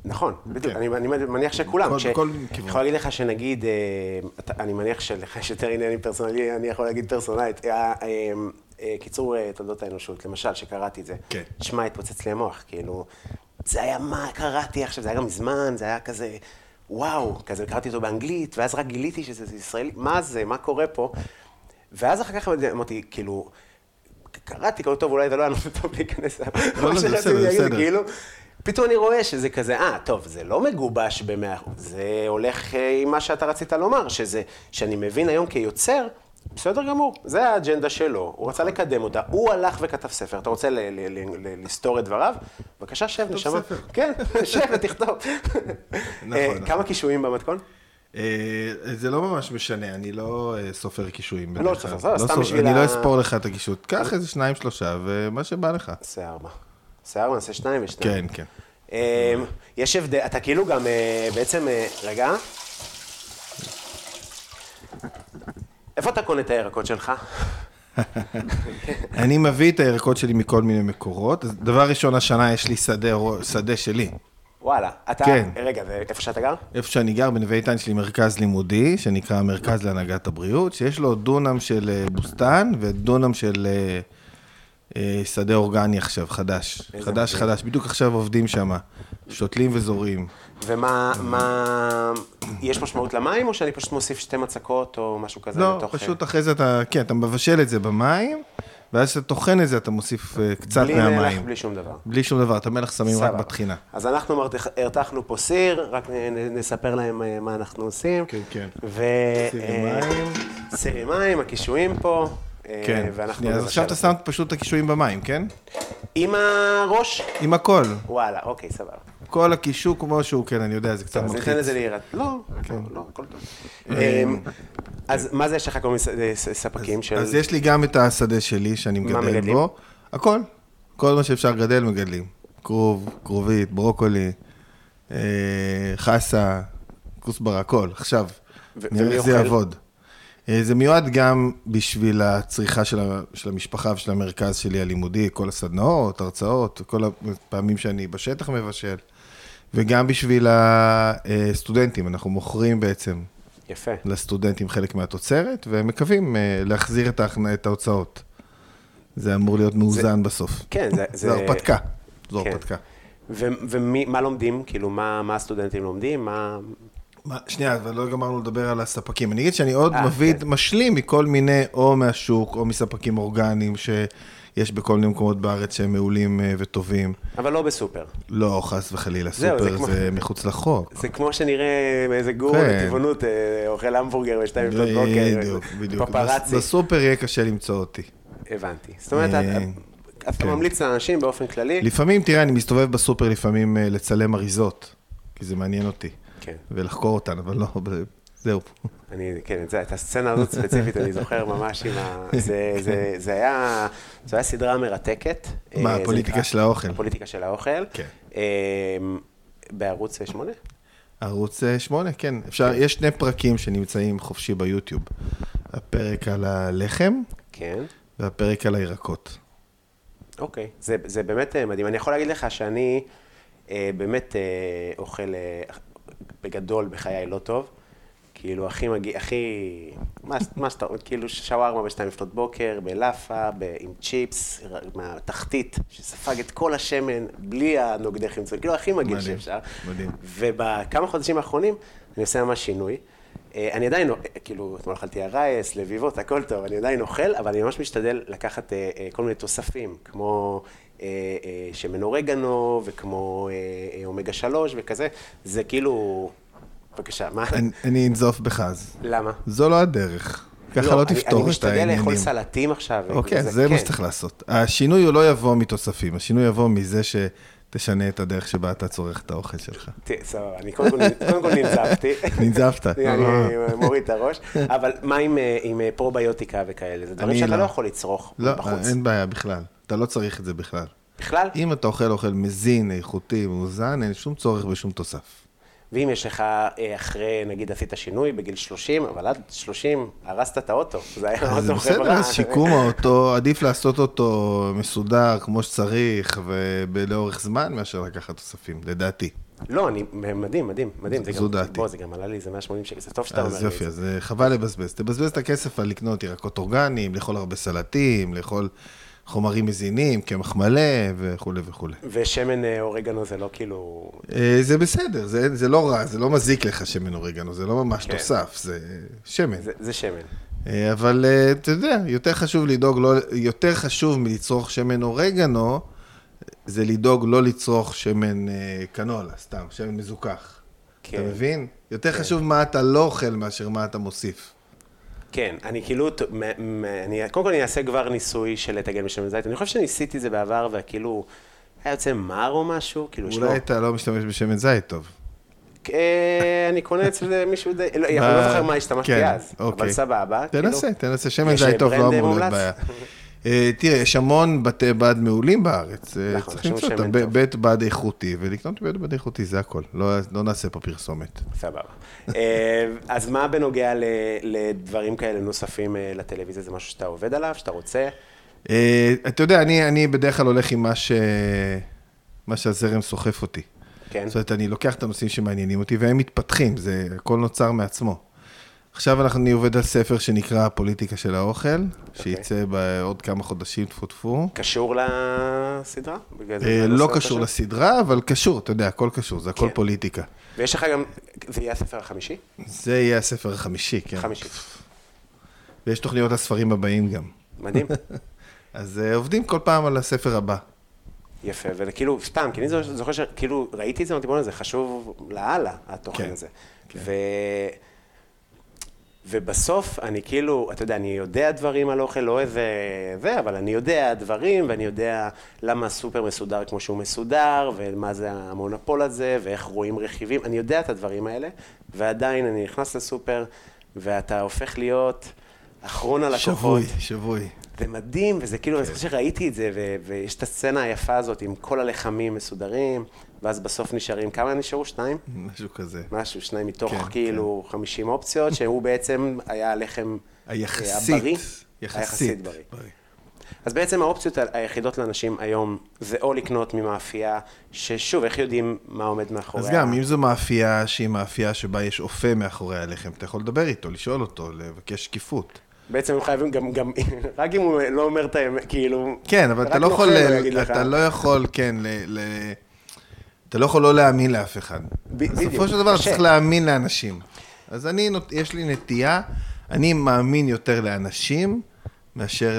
S2: נכון, בדיוק,
S3: כן.
S2: אני, אני מניח שכולם.
S3: בכל-
S2: ש...
S3: בכל
S2: אני
S3: כיוון.
S2: יכול להגיד לך שנגיד, אה, אתה, אני מניח שלך יש יותר עניינים פרסונליים, אני יכול להגיד פרסונלית. אה, אה, אה, קיצור אה, תולדות האנושות, למשל, שקראתי את זה.
S3: כן.
S2: שמע, התפוצץ לי המוח, כאילו, זה היה מה קראתי עכשיו, זה היה גם מזמן, זה היה כזה, וואו, כזה קראתי אותו באנגלית, ואז רק גיליתי שזה זה ישראלי, מה זה, מה קורה פה? ואז אחר כך אמרתי, כאילו, קראתי כאילו, טוב, אולי זה לא היה נושא טוב להיכנס,
S3: לא,
S2: מה
S3: זה
S2: שרציתי
S3: בסדר, זה
S2: להגיד,
S3: בסדר.
S2: כאילו, פתאום אני רואה שזה כזה, אה, טוב, זה לא מגובש במאה אחוז, זה הולך אה, עם מה שאתה רצית לומר, שזה, שאני מבין היום כיוצר, בסדר גמור, זה האג'נדה שלו, הוא רצה לקדם אותה, הוא הלך וכתב ספר, אתה רוצה ל- ל- ל- ל- לסתור את דבריו? בבקשה, שב, נשמה.
S3: ספר.
S2: כן, שב ותכתוב. אה,
S3: נכון.
S2: כמה קישואים במתכון?
S3: אה, זה לא ממש משנה, אני לא אה, סופר קישואים.
S2: לא
S3: בדרך
S2: סופר,
S3: כלל.
S2: סבבה, סתם
S3: סופר,
S2: בשביל
S3: אני
S2: ה-
S3: לא אספור לך את הקישוט. קח איזה שניים, שלושה, ומה שבא לך.
S2: שיער מה? שיער נעשה שניים ושניים.
S3: כן, כן.
S2: אמ, יש הבדל, אתה כאילו גם אה, בעצם, אה, רגע. איפה אתה קונה את הירקות שלך?
S3: אני מביא את הירקות שלי מכל מיני מקורות. אז דבר ראשון, השנה יש לי שדה, רו- שדה שלי.
S2: וואלה, אתה...
S3: כן.
S2: רגע, ואיפה שאתה גר?
S3: איפה שאני גר, בנווה איתן, יש לי מרכז לימודי, שנקרא מרכז להנהגת הבריאות, שיש לו דונם של אה, בוסתן ודונם של אה, אה, שדה אורגני עכשיו, חדש.
S2: איזה
S3: חדש,
S2: מדהים.
S3: חדש. בדיוק עכשיו עובדים שם, שותלים וזורעים.
S2: ומה, מה... יש משמעות למים, או שאני פשוט מוסיף שתי מצקות או משהו כזה
S3: לא,
S2: לתוך... אה,
S3: פשוט אחרי זה אתה, כן, אתה מבשל את זה במים, ואז כשאתה טוחן את זה, אתה מוסיף אה, קצת
S2: בלי מלח,
S3: מהמים.
S2: בלי שום דבר.
S3: בלי שום דבר, את המלח שמים רק
S2: סבבה. אה,
S3: בטחינה.
S2: אז אנחנו מרתח- הרתחנו פה סיר, רק נ- נ- נספר להם אה, מה אנחנו עושים.
S3: כן, כן.
S2: ו...
S3: סירי
S2: אה,
S3: מים.
S2: סירי מים, הקישואים פה. אה,
S3: כן,
S2: ואנחנו
S3: שנייה, אז
S2: נבשל
S3: עכשיו אתה
S2: אותם.
S3: שם פשוט את הקישואים במים, כן?
S2: עם הראש?
S3: עם הכל.
S2: וואלה, אוקיי, סבבה.
S3: כל הקישור כמו שהוא, כן, אני יודע, זה קצת
S2: אז
S3: מלחיץ. אוקיי. אה,
S2: ניתן לזה להיראה. לא, לא, לא, הכל טוב. אמ, אז מה זה יש לך כל מיני ס- ס- ספקים של...
S3: אז יש לי גם את השדה שלי שאני מגדל
S2: מגדלים?
S3: בו. הכל. כל מה שאפשר לגדל, מגדלים. כרוב, כרובית, ברוקולי, אה, חסה, כוסברה, הכל, עכשיו.
S2: ו-
S3: נראה
S2: ומי
S3: איך זה
S2: אוכל?
S3: יעבוד. אה, זה מיועד גם בשביל הצריכה של, ה, של המשפחה ושל המרכז שלי הלימודי, כל הסדנאות, הרצאות, כל הפעמים שאני בשטח מבשל, וגם בשביל הסטודנטים, אנחנו מוכרים בעצם
S2: יפה.
S3: לא. לסטודנטים חלק מהתוצרת, והם מקווים אה, להחזיר את, ההכנ... את ההוצאות. זה אמור להיות מאוזן זה... בסוף.
S2: כן, זה...
S3: זה הרפתקה, זו
S2: כן.
S3: הרפתקה.
S2: ומה לומדים? כאילו, מה מה הסטודנטים לומדים? מה...
S3: מה, שנייה, אבל לא גמרנו לדבר על הספקים. אני אגיד שאני עוד
S2: אה,
S3: מביא,
S2: כן.
S3: משלים מכל מיני, או מהשוק, או מספקים אורגניים שיש בכל מיני מקומות בארץ שהם מעולים אה, וטובים.
S2: אבל לא בסופר.
S3: לא, חס וחלילה,
S2: זהו, זה
S3: סופר זה,
S2: כמו-
S3: מחוץ לחוק.
S2: זה כמו שנראה איזה גור
S3: כן.
S2: לטבעונות, אה, אוכל המבורגר בשתיים לפנות בוקר.
S3: בדיוק, בדיוק.
S2: פפרצי.
S3: בסופר יהיה קשה למצוא אותי.
S2: הבנתי. זאת אומרת,
S3: אה,
S2: אתה- אתה
S3: כן.
S2: ממליץ לאנשים באופן כללי?
S3: לפעמים, תראה, אני מסתובב בסופר לפעמים אה, לצלם אריזות, כי זה מעניין אותי.
S2: כן.
S3: ולחקור אותן, אבל לא, ב- זהו.
S2: אני, כן, את זה, את הסצנה הזאת ספציפית, אני זוכר ממש עם ה... זה, זה, זה היה, זו הייתה סדרה מרתקת. אה,
S3: מה,
S2: זה
S3: הפוליטיקה
S2: נקרא-
S3: של האוכל?
S2: הפוליטיקה של האוכל.
S3: כן.
S2: אה, בערוץ 8?
S3: ערוץ 8, כן. אפשר, יש שני פרקים שנמצאים חופשי ביוטיוב. הפרק על הלחם
S2: כן.
S3: והפרק על הירקות.
S2: אוקיי. זה, זה באמת אה, מדהים. אני יכול להגיד לך שאני אה, באמת אה, אוכל אה, בגדול בחיי לא טוב. כאילו, הכי מגיע, הכי... מה, מה שאתה... כאילו, שווארמה בשתיים לפנות בוקר, בלאפה, ב, עם צ'יפס, ר- מהתחתית, שספג את כל השמן, בלי הנוגדי חמצון. כאילו, הכי מגעיל
S3: מדהים,
S2: שאפשר.
S3: מדהים.
S2: ובכמה חודשים האחרונים, אני עושה ממש שינוי. אה, אני עדיין, אה, כאילו, אתמול אכלתי הרייס, לביבות, הכל טוב, אני עדיין אוכל, אבל אני ממש משתדל לקחת אה, אה, כל מיני תוספים, כמו אה, אה, שמן אורגנו, וכמו אה, אה, אומגה 3 וכזה, זה כאילו... בבקשה, מה?
S3: אני- אני אנזוף בך אז.
S2: למה?
S3: זו לא הדרך. ככה לא
S2: אני-
S3: תפתור
S2: אני
S3: את
S2: משתדל
S3: העניינים.
S2: לאכול סלטים עכשיו.
S3: אוקיי,
S2: וכאילו
S3: זה מה
S2: כן.
S3: שצריך לעשות. השינוי הוא לא יבוא מתוספים, השינוי יבוא מזה שתשנה את הדרך שבה אתה צורך את האוכל שלך.
S2: ת- סבבה, אני קודם כל קודם כל ננזפתי.
S3: ננזפת. אה.
S2: אני אה, מוריד את הראש. אבל מה עם, אה, עם אה, פרוביוטיקה וכאלה? זה דברים
S3: אני
S2: שאתה
S3: לא.
S2: לא יכול לצרוך
S3: לא,
S2: בחוץ.
S3: אין בעיה בכלל. אתה לא צריך את זה בכלל.
S2: בכלל,
S3: אם אתה אוכל אוכל מזין, איכותי, מאוזן, אין שום צורך בשום תוסף.
S2: ואם יש לך אה, אחרי, נגיד עשית שינוי בגיל 30, אבל עד 30 הרסת את האוטו. זה היה אוטו חברה.
S3: אז אה, זה בסדר, אז שיקום האוטו, עדיף לעשות אותו מסודר כמו שצריך ולאורך זמן מאשר לקחת תוספים, לדעתי.
S2: לא, אני, מדהים, מדהים, מדהים. זה
S3: זו
S2: גם-
S3: דעתי.
S2: בוא, זה גם עלה לי איזה 180 שקל, זה טוב שאתה אומר לי
S3: אז
S2: את זה.
S3: יופי, אז אה, חבל לבזבז. תבזבז את הכסף על לקנות ירקות אורגניים, לאכול הרבה סלטים, לאכול חומרים מזינים, קמח מלא וכולי וכולי.
S2: ושמן אה, אורגנו זה לא כאילו...
S3: אה, זה בסדר, זה, זה לא רע, זה לא מזיק לך שמן אורגנו, זה לא
S2: כן.
S3: ממש תוסף, זה שמן.
S2: זה, זה שמן.
S3: אה, אבל אה, אתה יודע, יותר חשוב לדאוג, לא, יותר חשוב מלצרוך שמן אורגנו, זה לדאוג לא לצרוך שמן אה, קנולה, סתם, שמן מזוכח.
S2: כן.
S3: אתה מבין? יותר חשוב מה אתה לא אוכל מאשר מה אתה מוסיף.
S2: כן, אני כאילו, ת- מ- מ- אני, קודם כל אני אעשה כבר ניסוי של לטגן בשמן זית. אני חושב שניסיתי את זה בעבר, וכאילו, היה יוצא מר או משהו, כאילו, יש לו-
S3: אולי אתה לא משתמש בשמן זית טוב.
S2: אה, אני קונה אצל מישהו די, לא, אני
S3: מה-
S2: לא זוכר מה השתמשתי
S3: כן,
S2: אז, אבל
S3: אוקיי.
S2: סבבה. כאילו.
S3: תנסה, תנסה, שמן
S2: יש, אה,
S3: זית טוב,
S2: ברנד
S3: לא אמור
S2: מומלץ?
S3: להיות בעיה. אה, תראה, יש המון בתי בד מעולים בארץ, אה,
S2: נכון,
S3: צריך
S2: יש לנו
S3: למצוא
S2: שמן
S3: אותם,
S2: טוב.
S3: ב- בית בד איכותי, ולקנות בית בד איכותי, זה הכל, לא לא נעשה פה פרסומת.
S2: סבבה. אה, אז מה בנוגע ל- לדברים כאלה נוספים אה, לטלוויזיה? זה משהו שאתה עובד עליו, שאתה רוצה?
S3: אה, אתה יודע, אני, אני בדרך כלל הולך עם מה, ש... מה שהזרם סוחף אותי.
S2: כן.
S3: זאת אומרת, אני לוקח את הנושאים שמעניינים אותי, והם מתפתחים, זה הכל נוצר מעצמו. עכשיו אנחנו, אני עובד על ספר שנקרא הפוליטיקה של האוכל,
S2: אוקיי.
S3: okay. שייצא בעוד כמה חודשים, טפו טפו.
S2: קשור לסדרה? בגלל זה
S3: אה,
S2: זה
S3: לא
S2: הנושא
S3: קשור
S2: הקשור?
S3: לסדרה, אבל קשור, אתה יודע, הכל קשור, זה הכל
S2: כן.
S3: פוליטיקה.
S2: ויש לך גם, זה יהיה הספר החמישי?
S3: זה יהיה הספר החמישי, כן.
S2: חמישי.
S3: ויש תוכניות לספרים הבאים גם.
S2: מדהים.
S3: אז אה, עובדים כל פעם על הספר הבא.
S2: יפה, וכאילו, סתם, כי אני זוכר- זוכר שכאילו ראיתי את זה, אמרתי, בוא'נה, זה חשוב לאללה, התוכן
S3: כן,
S2: הזה.
S3: כן.
S2: ו... ובסוף, אני כאילו, אתה יודע, אני יודע דברים על אוכל, לא איזה זה, אבל אני יודע דברים, ואני יודע למה הסופר מסודר כמו שהוא מסודר, ומה זה המונופול הזה, ואיך רואים רכיבים, אני יודע את הדברים האלה, ועדיין אני נכנס לסופר, ואתה הופך להיות אחרון הלקוחות.
S3: שבוי, שבוי.
S2: זה מדהים, וזה כאילו,
S3: כן.
S2: אני חושב שראיתי את זה, ו- ויש את הסצנה היפה הזאת עם כל הלחמים מסודרים, ואז בסוף נשארים, כמה נשארו? שניים?
S3: משהו כזה.
S2: משהו, שניים מתוך
S3: כן,
S2: כאילו 50 אופציות, שהוא בעצם היה הלחם אה,
S3: היחסית.
S2: הבריא.
S3: יחסית.
S2: בריא.
S3: בריא.
S2: אז בעצם האופציות ה- היחידות לאנשים היום זה או לקנות ממאפייה, ששוב, איך יודעים מה עומד מאחוריה?
S3: אז גם, אם זו מאפייה שהיא מאפייה שבה יש אופה מאחורי הלחם, אתה יכול לדבר איתו, לשאול אותו, לבקש שקיפות.
S2: בעצם הם חייבים גם, גם, רק אם הוא לא אומר את האמת, כאילו...
S3: כן, אבל
S2: רק
S3: אתה לא יכול,
S2: נוכל
S3: ל-
S2: להגיד לך.
S3: אתה לא יכול, כן, ל... ל- אתה לא יכול לא להאמין לאף אחד.
S2: בדיוק,
S3: בסופו של דבר, אתה
S2: קשה.
S3: צריך להאמין לאנשים. אז אני, נות- יש לי נטייה, אני מאמין יותר לאנשים מאשר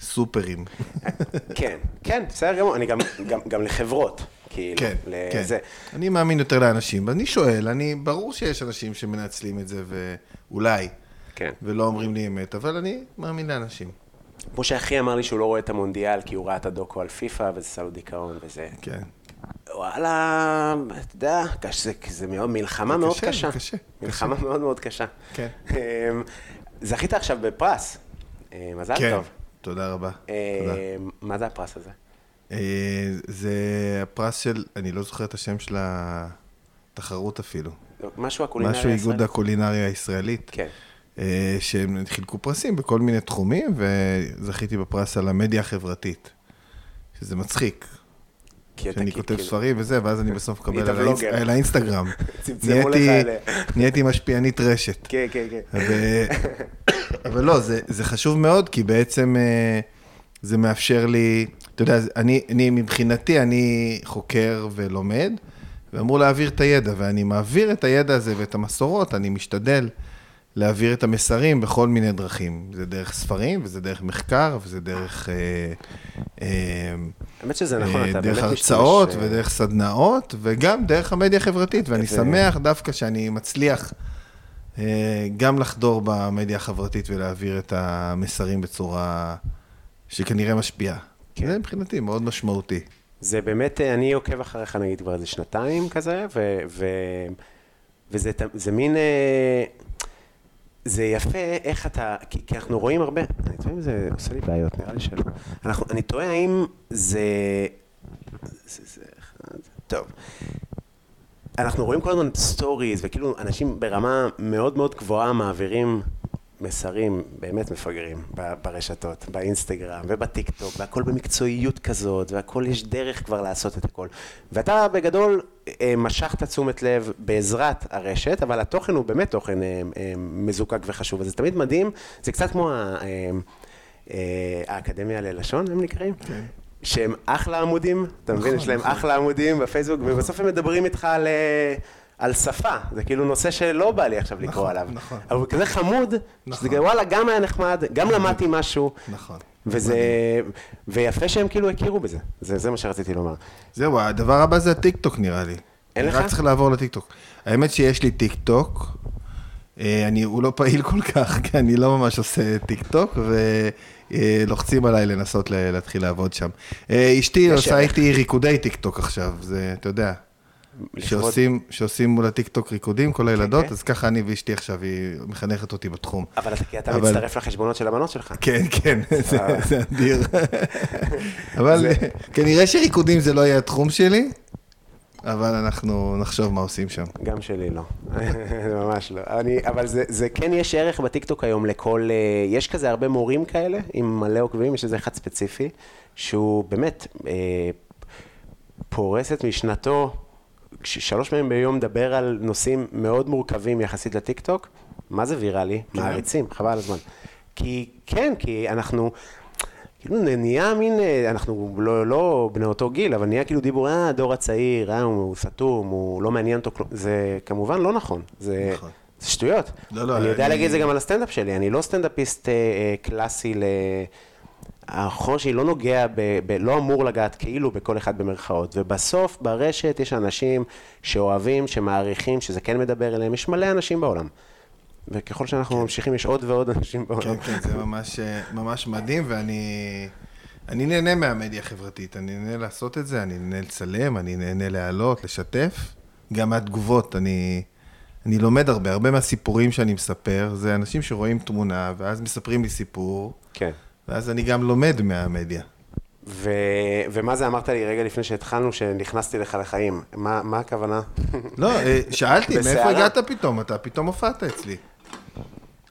S3: לסופרים.
S2: כן, כן, בסדר גמור, אני גם, גם, גם לחברות, כאילו,
S3: כן, כן.
S2: לזה.
S3: אני מאמין יותר לאנשים. אני שואל, אני, ברור שיש אנשים שמנצלים את זה, ואולי,
S2: כן.
S3: ולא אומרים לי אמת, אבל אני מאמין לאנשים.
S2: כמו שאחי אמר לי שהוא לא רואה את המונדיאל, כי הוא ראה את הדוקו על פיפא, וזה עשה לו דיכאון וזה.
S3: כן.
S2: וואלה, אתה יודע, קש, זה, זה מאוד, מלחמה מאוד
S3: קשה,
S2: קשה.
S3: קשה,
S2: מלחמה מאוד מאוד קשה.
S3: כן.
S2: אמ, זכית עכשיו בפרס, אה, מזל
S3: כן.
S2: טוב.
S3: תודה רבה.
S2: אה,
S3: תודה.
S2: מה זה הפרס הזה?
S3: אה, זה הפרס של, אני לא זוכר את השם של התחרות אפילו.
S2: משהו הקולינרי
S3: משהו איגוד
S2: הישראלי?
S3: הקולינריה הישראלית.
S2: כן.
S3: אה, שהם חילקו פרסים בכל מיני תחומים, וזכיתי בפרס על המדיה החברתית. שזה מצחיק,
S2: כי אתה
S3: שאני
S2: כאילו-
S3: כותב ספרים וזה, ואז אני בסוף
S2: נהיית
S3: מקבל על
S2: בלוגר.
S3: האינס- על האינסטגרם.
S2: צמצמו לך
S3: נהייתי-
S2: עליה.
S3: נהייתי משפיענית רשת.
S2: כן, כן, כן.
S3: ו... אבל לא, זה, זה חשוב מאוד, כי בעצם אה, זה מאפשר לי, אתה יודע, אז אני, אני מבחינתי, אני חוקר ולומד, ואמור להעביר את הידע, ואני מעביר את הידע הזה ואת המסורות, אני משתדל להעביר את המסרים בכל מיני דרכים. זה דרך ספרים, וזה דרך מחקר, וזה דרך... אה, אה,
S2: האמת שזה נכון, אתה
S3: אה,
S2: באמת
S3: דרך
S2: משתמש,
S3: הרצאות
S2: אה,
S3: ודרך סדנאות, וגם דרך המדיה החברתית, ואני
S2: איזה-
S3: שמח דווקא שאני מצליח אה, גם לחדור במדיה החברתית ולהעביר את המסרים בצורה שכנראה משפיעה.
S2: כן.
S3: זה מבחינתי מאוד משמעותי.
S2: זה באמת, אה, אני עוקב אחריך נגיד כבר איזה שנתיים כזה, ו, ו, וזה ת- זה מין, אה, זה יפה איך אתה, כי, כי אנחנו רואים הרבה, אני תוהה אם זה עושה לי בעיות, נראה לי שלא. אנחנו, אני תוהה האם זה, זה, זה אחד, טוב. אנחנו רואים כל הזמן סטוריז, וכאילו אנשים ברמה מאוד מאוד גבוהה מעבירים מסרים באמת מפגרים ב- ברשתות, באינסטגרם ובטיק טוק, והכל במקצועיות כזאת, והכל יש דרך כבר לעשות את הכל. ואתה בגדול אה, משכת תשומת לב בעזרת הרשת, אבל התוכן הוא באמת תוכן אה, אה, מזוקק וחשוב, אז זה תמיד מדהים, זה קצת כמו ה... אה, אה, האקדמיה ללשון, הם נקראים? כן. שהם אחלה עמודים, אתה מבין? יש
S3: נכון,
S2: להם אחלה עמודים בפייסבוק, ובסוף הם מדברים איתך על... אה, על שפה, זה כאילו נושא שלא בא לי עכשיו לקרוא
S3: נכון,
S2: עליו.
S3: נכון.
S2: אבל הוא כזה חמוד, שזה
S3: נכון.
S2: גם וואלה, גם היה נחמד, גם למדתי משהו.
S3: נכון.
S2: וזה, ויפה שהם כאילו הכירו בזה, זה, זה מה שרציתי לומר.
S3: זהו, הדבר הבא זה הטיקטוק נראה לי.
S2: אין
S3: אני
S2: לך?
S3: רק צריך לעבור לטיקטוק. האמת שיש לי טיקטוק, אה, אני, הוא לא פעיל כל כך, כי אני לא ממש עושה טיקטוק, ולוחצים עליי לנסות ל- להתחיל לעבוד שם. אה, אשתי עושה
S2: ערך.
S3: איתי ריקודי טיקטוק עכשיו, זה, אתה יודע. שעושים, שעושים מול הטיקטוק ריקודים, כל הילדות,
S2: כן.
S3: אז ככה אני ואשתי עכשיו, היא מחנכת אותי בתחום.
S2: אבל אתה, כי אתה
S3: אבל-
S2: מצטרף לחשבונות של הבנות שלך.
S3: כן, כן, זה- זה אדיר. אבל כנראה שריקודים זה לא יהיה התחום שלי, אבל אנחנו נחשוב מה עושים שם.
S2: גם שלי לא, ממש לא. אני, אבל זה, זה כן יש ערך בטיקטוק היום לכל, אה, יש כזה הרבה מורים כאלה, עם מלא עוקבים, יש איזה אחד ספציפי, שהוא באמת אה, פורס את משנתו, כש- שלוש פעמים ביום מדבר על נושאים מאוד מורכבים יחסית לטיקטוק, מה זה ויראלי? מעריצים, חבל על הזמן. כי כן, כי אנחנו... כאילו נהיה מין, אה, אנחנו לא, לא בני אותו גיל, אבל נהיה כאילו דיבור, אה, הדור הצעיר, אה, הוא סתום, הוא לא מעניין אותו כלום. זה כמובן לא נכון. זה,
S3: נכון.
S2: זה שטויות.
S3: לא, לא,
S2: אני יודע
S3: אני-
S2: להגיד את זה גם על הסטנדאפ שלי, אני לא סטנדאפיסט אה, אה, קלאסי ל... החור שלי לא נוגע, ב, ב, לא אמור לגעת כאילו בכל אחד במרכאות. ובסוף ברשת יש אנשים שאוהבים, שמעריכים, שזה כן מדבר אליהם, יש מלא אנשים בעולם. וככל שאנחנו ממשיכים, יש עוד ועוד אנשים בעולם.
S3: כן, כן, זה ממש, אה, ממש מדהים, ואני אני נהנה מהמדיה החברתית, אני נהנה לעשות את זה, אני נהנה לצלם, אני נהנה להעלות, לשתף, גם מהתגובות, אני, אני לומד הרבה, הרבה מהסיפורים שאני מספר, זה אנשים שרואים תמונה, ואז מספרים לי סיפור,
S2: כן.
S3: ואז אני גם לומד מהמדיה.
S2: ו... ומה זה אמרת לי רגע לפני שהתחלנו, שנכנסתי לך לחיים? מה, מה הכוונה?
S3: לא, אה, שאלתי, מאיפה
S2: בסערה.
S3: הגעת פתאום? אתה פתאום הופעת אצלי.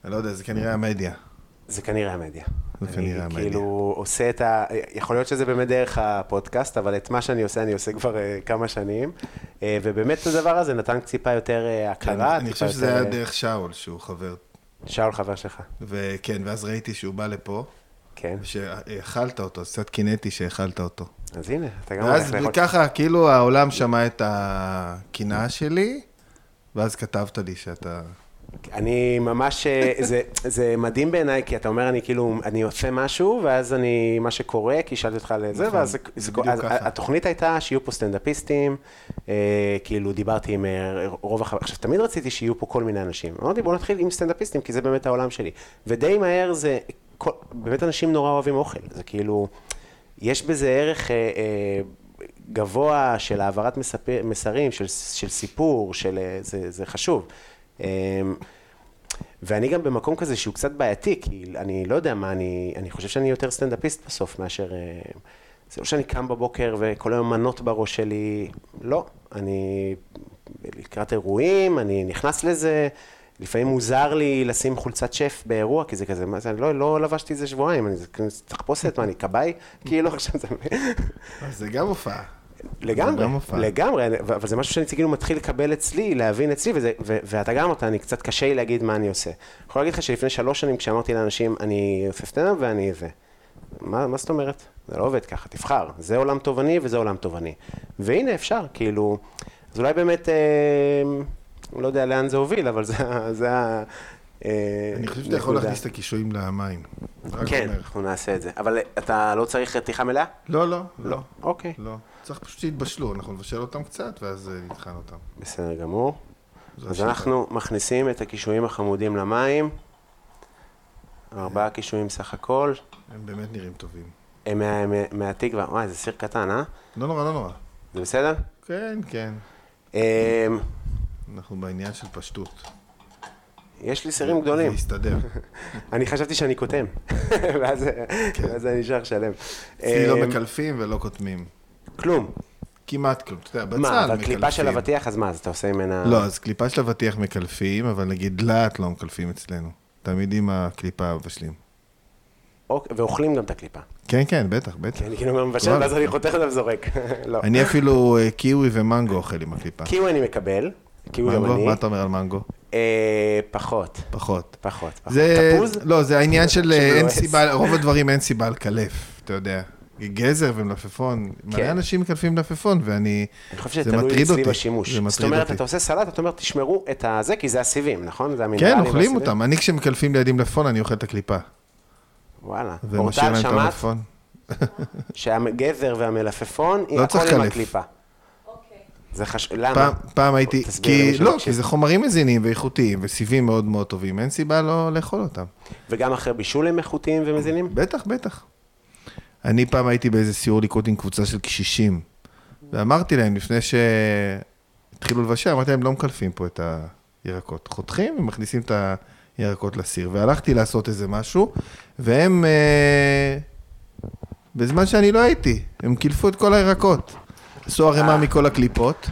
S3: אני לא יודע, זה כנראה המדיה.
S2: זה כנראה המדיה.
S3: זה כנראה
S2: אני
S3: המדיה.
S2: כאילו עושה את ה... יכול להיות שזה באמת דרך הפודקאסט, אבל את מה שאני עושה, אני עושה כבר אה, כמה שנים. אה, ובאמת הדבר הזה נתן טיפה יותר אה, הכרה.
S3: כן, אני
S2: טיפה
S3: חושב שזה
S2: יותר,
S3: היה
S2: אה,
S3: דרך שאול, שהוא חבר.
S2: שאול חבר שלך.
S3: וכן, ואז ראיתי שהוא בא לפה,
S2: כן.
S3: שהאכלת אותו, אז קצת קינאתי שהאכלת אותו.
S2: אז הנה, אתה גם הולך
S3: ואז
S2: לאכול.
S3: ככה, כאילו העולם שמע את הקנאה שלי, ואז כתבת לי שאתה...
S2: אני ממש, אה, זה, זה מדהים בעיניי, כי אתה אומר, אני כאילו, אני עושה משהו, ואז אני, מה שקורה, כי שאלתי אותך על זה,
S3: נכון,
S2: ואז זה,
S3: זה
S2: זה,
S3: בדיוק
S2: אז,
S3: ככה.
S2: התוכנית הייתה שיהיו פה סטנדאפיסטים, אה, כאילו דיברתי עם אה, רוב החברים, עכשיו תמיד רציתי שיהיו פה כל מיני אנשים, אמרתי בוא נתחיל עם סטנדאפיסטים, כי זה באמת העולם שלי, ודי מהר זה, כל, באמת אנשים נורא אוהבים אוכל, זה כאילו, יש בזה ערך אה, אה, גבוה של העברת מספר, מסרים, של, של סיפור, של, אה, זה, זה חשוב. אה, ואני גם במקום כזה שהוא קצת בעייתי, כי אני לא יודע מה, אני, אני חושב שאני יותר סטנדאפיסט בסוף מאשר... אה, זה לא שאני קם בבוקר וכל היום מנות בראש שלי, לא. אני לקראת אירועים, אני נכנס לזה, לפעמים מוזר לי לשים חולצת שף באירוע, כי זה כזה, מה זה, אני לא, לא לבשתי את זה שבועיים, אני זה כאילו תחפושת, מה, אני כבאי? כאילו עכשיו זה...
S3: אז זה גם הופעה. זה
S2: לגמרי,
S3: גם הופעה.
S2: לגמרי, אני- ו- אבל זה משהו שאני כאילו מתחיל לקבל אצלי, להבין אצלי, וזה, ו, ואתה גם אמרת, אני קצת קשה לי להגיד מה אני עושה. אני יכול להגיד לך שלפני שלוש שנים כשאמרתי לאנשים, אני עושה סטנדאפ ואני זה. מה, מה זאת אומרת? זה לא עובד ככה, תבחר. זה עולם תובעני וזה עולם תובעני. והנה אפשר, כאילו, אז אולי באמת, אה, לא יודע לאן זה הוביל, אבל זה, ה- זה ה... אה,
S3: אני חושב שאתה יכול
S2: נקודה.
S3: להכניס את הקישואים למים. רק
S2: כן,
S3: אומר.
S2: אנחנו נעשה את זה. אבל אתה לא צריך רתיחה מלאה?
S3: לא, לא, לא.
S2: אוקיי.
S3: לא. צריך פשוט שיתבשלו, אנחנו נבשל אותם קצת, ואז אה, נטחן אותם.
S2: בסדר גמור.
S3: זו
S2: אז
S3: השיטה.
S2: אנחנו מכניסים את הקישואים החמודים למים, ארבעה קישואים סך הכל,
S3: הם באמת נראים טובים.
S2: הם מה- מה- מהתקווה, וואי, זה סיר קטן, אה?
S3: לא נורא, לא נורא.
S2: זה בסדר?
S3: כן, כן.
S2: אמ,
S3: אנחנו בעניין של פשטות.
S2: יש לי סירים גדולים.
S3: זה יסתדר.
S2: אני חשבתי שאני קוטם, ואז ואז אני נשאר שלם.
S3: כן. אצלי לא
S2: אמ,
S3: מקלפים ולא קוטמים.
S2: כלום.
S3: כמעט כלום. אתה יודע, בצל מקלפים.
S2: מה, אבל קליפה של אבטיח, אז מה, אז אתה עושה ממנה...
S3: לא, אז קליפה של אבטיח מקלפים, אבל נגיד דלעת לא מקלפים אצלנו. תמיד עם הקליפה מבשלים.
S2: אוק- אוקיי, ואוכלים גם את הקליפה.
S3: כן, כן, בטח, בטח.
S2: כי אני כאילו מבשל,
S3: כולנו.
S2: ואז אני חותך אותה וזורק. לא.
S3: אני אפילו אה, קיווי ומנגו אוכל עם הקליפה.
S2: קיווי אני מקבל, קיווי גם
S3: מנגו?
S2: אני.
S3: מה אתה אומר על מנגו?
S2: אה, אה, פחות,
S3: פחות.
S2: פחות, פחות.
S3: זה,
S2: תפוז?
S3: לא, זה העניין של אה, אין
S2: לועס.
S3: סיבה, רוב הדברים אין סיבה לקלף, אתה יודע. גזר ומלפפון, מלא אנשים מקלפים מלפפון, ואני,
S2: כן. אני חושב
S3: זה
S2: שתלוי
S3: מטריד
S2: אצלי
S3: אותי.
S2: בשימוש.
S3: זה
S2: זאת
S3: מטריד
S2: אומרת,
S3: אותי.
S2: אתה עושה סלט, אתה אומר, תשמרו את הזה, כי זה הסיבים, נכון? זה המינרלים.
S3: כן, אוכלים
S2: והסיבים.
S3: אותם. אני, כשמקלפים לידי מלפפון, אני אוכל את הקליפה.
S2: וואלה.
S3: ומשאיר
S2: אורטל
S3: להם את
S2: שמעת
S3: המלפפון.
S2: שהגבר והמלפפון, היא הכל
S3: לא צריך
S2: עם
S3: לקלף.
S2: הקליפה. זה חשוב, למה?
S3: פעם, פעם הייתי,
S2: תסביר למי
S3: כי,
S2: שלא
S3: לא,
S2: מקשיב.
S3: כי זה חומרים מזינים ואיכותיים וסיבים מאוד מאוד טובים, אין סיבה לא לאכול אותם.
S2: וגם אחרי בישול הם איכותיים ומזינים?
S3: בטח, בטח. אני פעם הייתי באיזה סיור ליקוט עם קבוצה של קשישים, ואמרתי להם לפני שהתחילו לבשל, אמרתי להם, לא מקלפים פה את הירקות. חותכים ומכניסים את הירקות לסיר. והלכתי לעשות איזה משהו, והם, אה, בזמן שאני לא הייתי, הם קילפו את כל הירקות. עשו ערימה מכל הקליפות,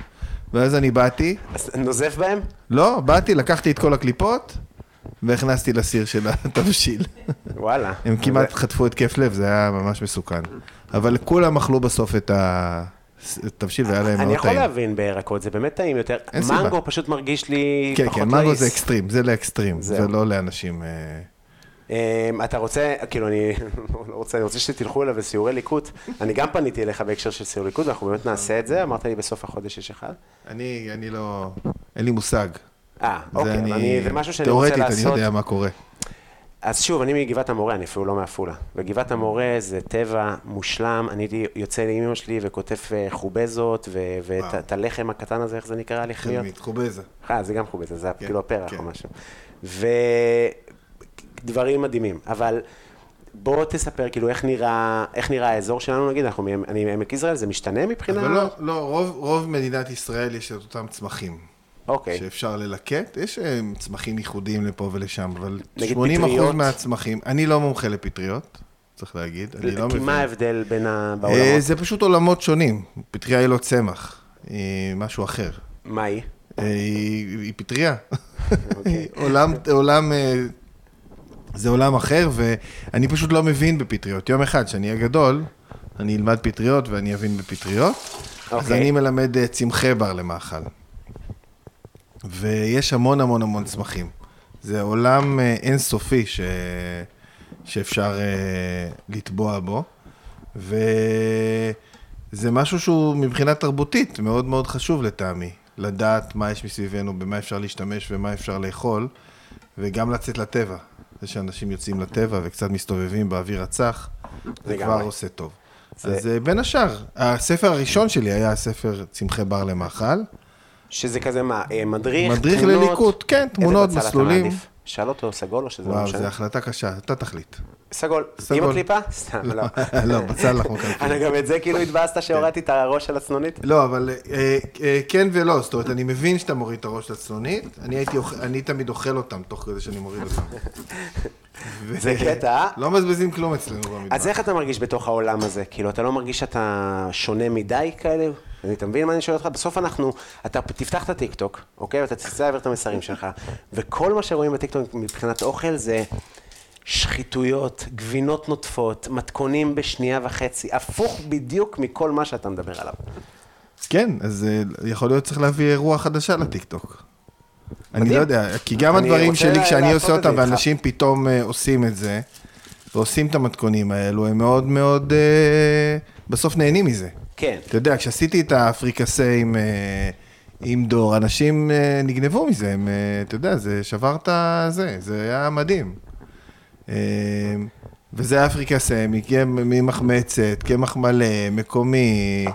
S3: ואז אני באתי,
S2: אז נוזף בהם?
S3: לא, באתי, לקחתי את כל הקליפות, והכנסתי לסיר של התבשיל.
S2: וואלה.
S3: הם כמעט
S2: זה-
S3: חטפו התקף לב, זה היה ממש מסוכן. אבל כולם אכלו בסוף את התבשיל, והיה להם
S2: אני
S3: מאוד
S2: יכול
S3: טעים.
S2: להבין בירקות, זה באמת טעים יותר.
S3: אין סיבה.
S2: מנגו פשוט מרגיש לי
S3: כן,
S2: פחות
S3: כן,
S2: להיס.
S3: מנגו זה אקסטרים, זה לאקסטרים,
S2: זהו.
S3: זה לא לאנשים... אה,
S2: אמ, אתה רוצה, כאילו אני לא רוצה, אני רוצה שתלכו אליו לסיורי ליקוט. אני גם פניתי אליך בהקשר של סיור ליקוט, ואנחנו באמת נעשה את זה, אמרת לי בסוף החודש יש אחד.
S3: אני אני לא... אין לי מושג.
S2: אה,
S3: זה
S2: אוקיי, אבל אני- זה משהו שאני רוצה
S3: תיאורטית, אני לא
S2: לעשות.
S3: יודע מה קורה.
S2: אז שוב, אני מגבעת המורה, אני אפילו לא מעפולה. וגבעת המורה זה טבע מושלם, אני הייתי יוצא עם אמא שלי וכותף אה, חובזות, ו- ואת
S3: וואו.
S2: את הלחם הקטן הזה, איך זה נקרא? לחמיות?
S3: חלמית, חובזה.
S2: אה, זה גם חובזה, זה
S3: כן,
S2: כאילו הפרח
S3: כן.
S2: או משהו. ודברים מדהימים, אבל בוא תספר כאילו איך נראה, איך נראה האזור שלנו נגיד, אנחנו מעמק- אני מעמק יזרעאל, זה משתנה מבחינה?
S3: אבל לא, לא, רוב- רוב מדינת ישראל יש את אותם צמחים.
S2: אוקיי.
S3: שאפשר ללקט. יש אה, צמחים ייחודיים לפה ולשם, אבל
S2: נגיד
S3: 80
S2: פטריות?
S3: אחוז מהצמחים, אני לא מומחה לפטריות, צריך להגיד, אני לא
S2: כי
S3: מבין.
S2: מה ההבדל בין ה...
S3: אה,
S2: בעולמות?
S3: זה פשוט עולמות שונים. פטריה היא לא צמח, היא משהו אחר.
S2: מה היא?
S3: אה, היא היא פטריה.
S2: אוקיי.
S3: עולם, עולם, אה, זה עולם אחר, ואני פשוט לא מבין בפטריות. יום אחד, כשאני אהיה גדול, אני אלמד פטריות ואני אבין בפטריות. אז
S2: אוקיי.
S3: אני מלמד אה, צמחי בר למאכל. ויש המון המון המון צמחים. זה עולם אה, אינסופי ש... שאפשר אה, לטבוע בו, וזה משהו שהוא מבחינה תרבותית מאוד מאוד חשוב לטעמי, לדעת מה יש מסביבנו, במה אפשר להשתמש ומה אפשר לאכול, וגם לצאת לטבע. זה שאנשים יוצאים לטבע וקצת מסתובבים באוויר הצח, זה
S2: לגמרי.
S3: כבר עושה טוב.
S2: זה-
S3: אז אה, בין השאר, הספר הראשון שלי היה הספר צמחי בר למאכל.
S2: שזה כזה מה, אה, מדריך,
S3: מדריך
S2: תמונות?
S3: לליקוט, כן,
S2: איזה
S3: תמונות,
S2: בצל אתה
S3: מסלולים.
S2: מעדיף? שאל אותו סגול או שזה לא
S3: וואו, זו
S2: משנה?
S3: החלטה קשה, אתה תחליט.
S2: סגול. עם
S3: סגול.
S2: הקליפה? סתם, לא.
S3: לא, בצל אנחנו כן. מקלפים.
S2: אני גם את זה כאילו התבאסת שהורדתי את הראש של הצנונית?
S3: לא, אבל אה, אה, כן ולא, זאת אומרת, אני מבין שאתה מוריד את הראש לצלונית, אני הייתי אוכ- אני תמיד אוכל אותם תוך כדי שאני מוריד אותם. ו-
S2: זה קטע. אה?
S3: לא מבזבזים כלום אצלנו במדבר.
S2: אז איך אתה מרגיש בתוך העולם הזה? כאילו, אתה לא מרגיש שאתה שונה מדי כאלה? אני, אתה מבין מה אני שואל אותך? בסוף אנחנו, אתה תפתח את הטיקטוק, אוקיי? ואתה תצטרך להעביר את המסרים שלך, וכל מה שרואים בטיקטוק מבחינת אוכל זה שחיתויות, גבינות נוטפות, מתכונים בשנייה וחצי, הפוך בדיוק מכל מה שאתה מדבר עליו.
S3: כן, אז אה, יכול להיות צריך להביא רוח חדשה לטיקטוק. אני
S2: מדהים.
S3: לא יודע, כי גם
S2: אני
S3: הדברים
S2: רוצה
S3: שלי,
S2: לה-
S3: כשאני
S2: לעשות
S3: עושה
S2: את זה
S3: אותם,
S2: איתך.
S3: ואנשים פתאום אה, עושים את זה, ועושים את המתכונים האלו, הם מאוד מאוד, אה, בסוף נהנים מזה.
S2: כן.
S3: אתה יודע, כשעשיתי את האפריקסה עם, אה, עם דור, אנשים אה, נגנבו מזה, הם, אה, אתה יודע, זה שבר את זה, זה היה מדהים. אה, וזה היה אפריקסה, מקם- ממחמצת, קמח מלא, מקומי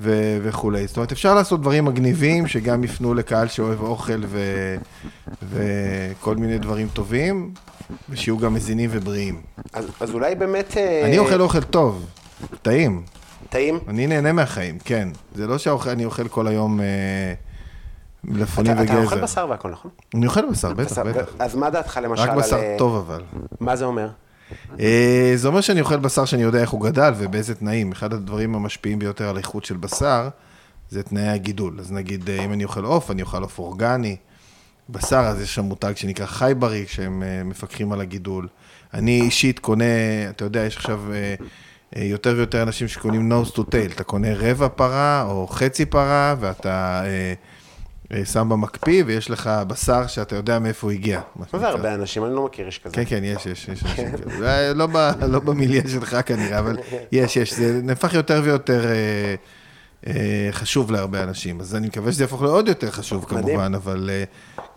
S3: ו- וכולי. זאת אומרת, אפשר לעשות דברים מגניבים שגם יפנו לקהל שאוהב אוכל ו- וכל מיני דברים טובים, ושיהיו גם מזינים ובריאים.
S2: אז, אז אולי באמת... אה,
S3: אני אוכל אוכל טוב, טעים.
S2: טעים?
S3: אני נהנה מהחיים, כן. זה לא שאני אוכל כל היום אה, מלפפונים
S2: אתה,
S3: וגזר.
S2: אתה אוכל בשר והכל, נכון?
S3: אני אוכל בשר, בטח,
S2: בשר,
S3: בטח.
S2: אז מה דעתך למשל
S3: רק
S2: על...
S3: בשר
S2: אה,
S3: טוב אבל.
S2: מה זה אומר?
S3: אה, זה אומר שאני אוכל בשר שאני יודע איך הוא גדל ובאיזה תנאים. אחד הדברים המשפיעים ביותר על איכות של בשר זה תנאי הגידול. אז נגיד, אה, אם אני אוכל עוף, אני אוכל עוף אורגני. בשר, אז יש שם מותג שנקרא חי בריא, שהם אה, מפקחים על הגידול. אני אישית קונה, אתה יודע, יש עכשיו אה, אה, יותר ויותר אנשים שקונים nose to tail. אתה קונה רבע פרה או חצי פרה, ואתה... אה, אה, שם במקפיא, ויש לך בשר שאתה יודע מאיפה הוא הגיע. מה
S2: מה זה
S3: שנקרא.
S2: הרבה אנשים? אני לא מכיר איש כזה.
S3: כן, כן, יש, יש, יש אנשים כאלה. אולי לא ב- לא במיליה שלך כנראה, אבל יש, יש. זה נהפך יותר ויותר אה, אה, חשוב להרבה אנשים, אז אני מקווה שזה יהפוך לעוד יותר חשוב
S2: מדהים.
S3: כמובן, אבל אה,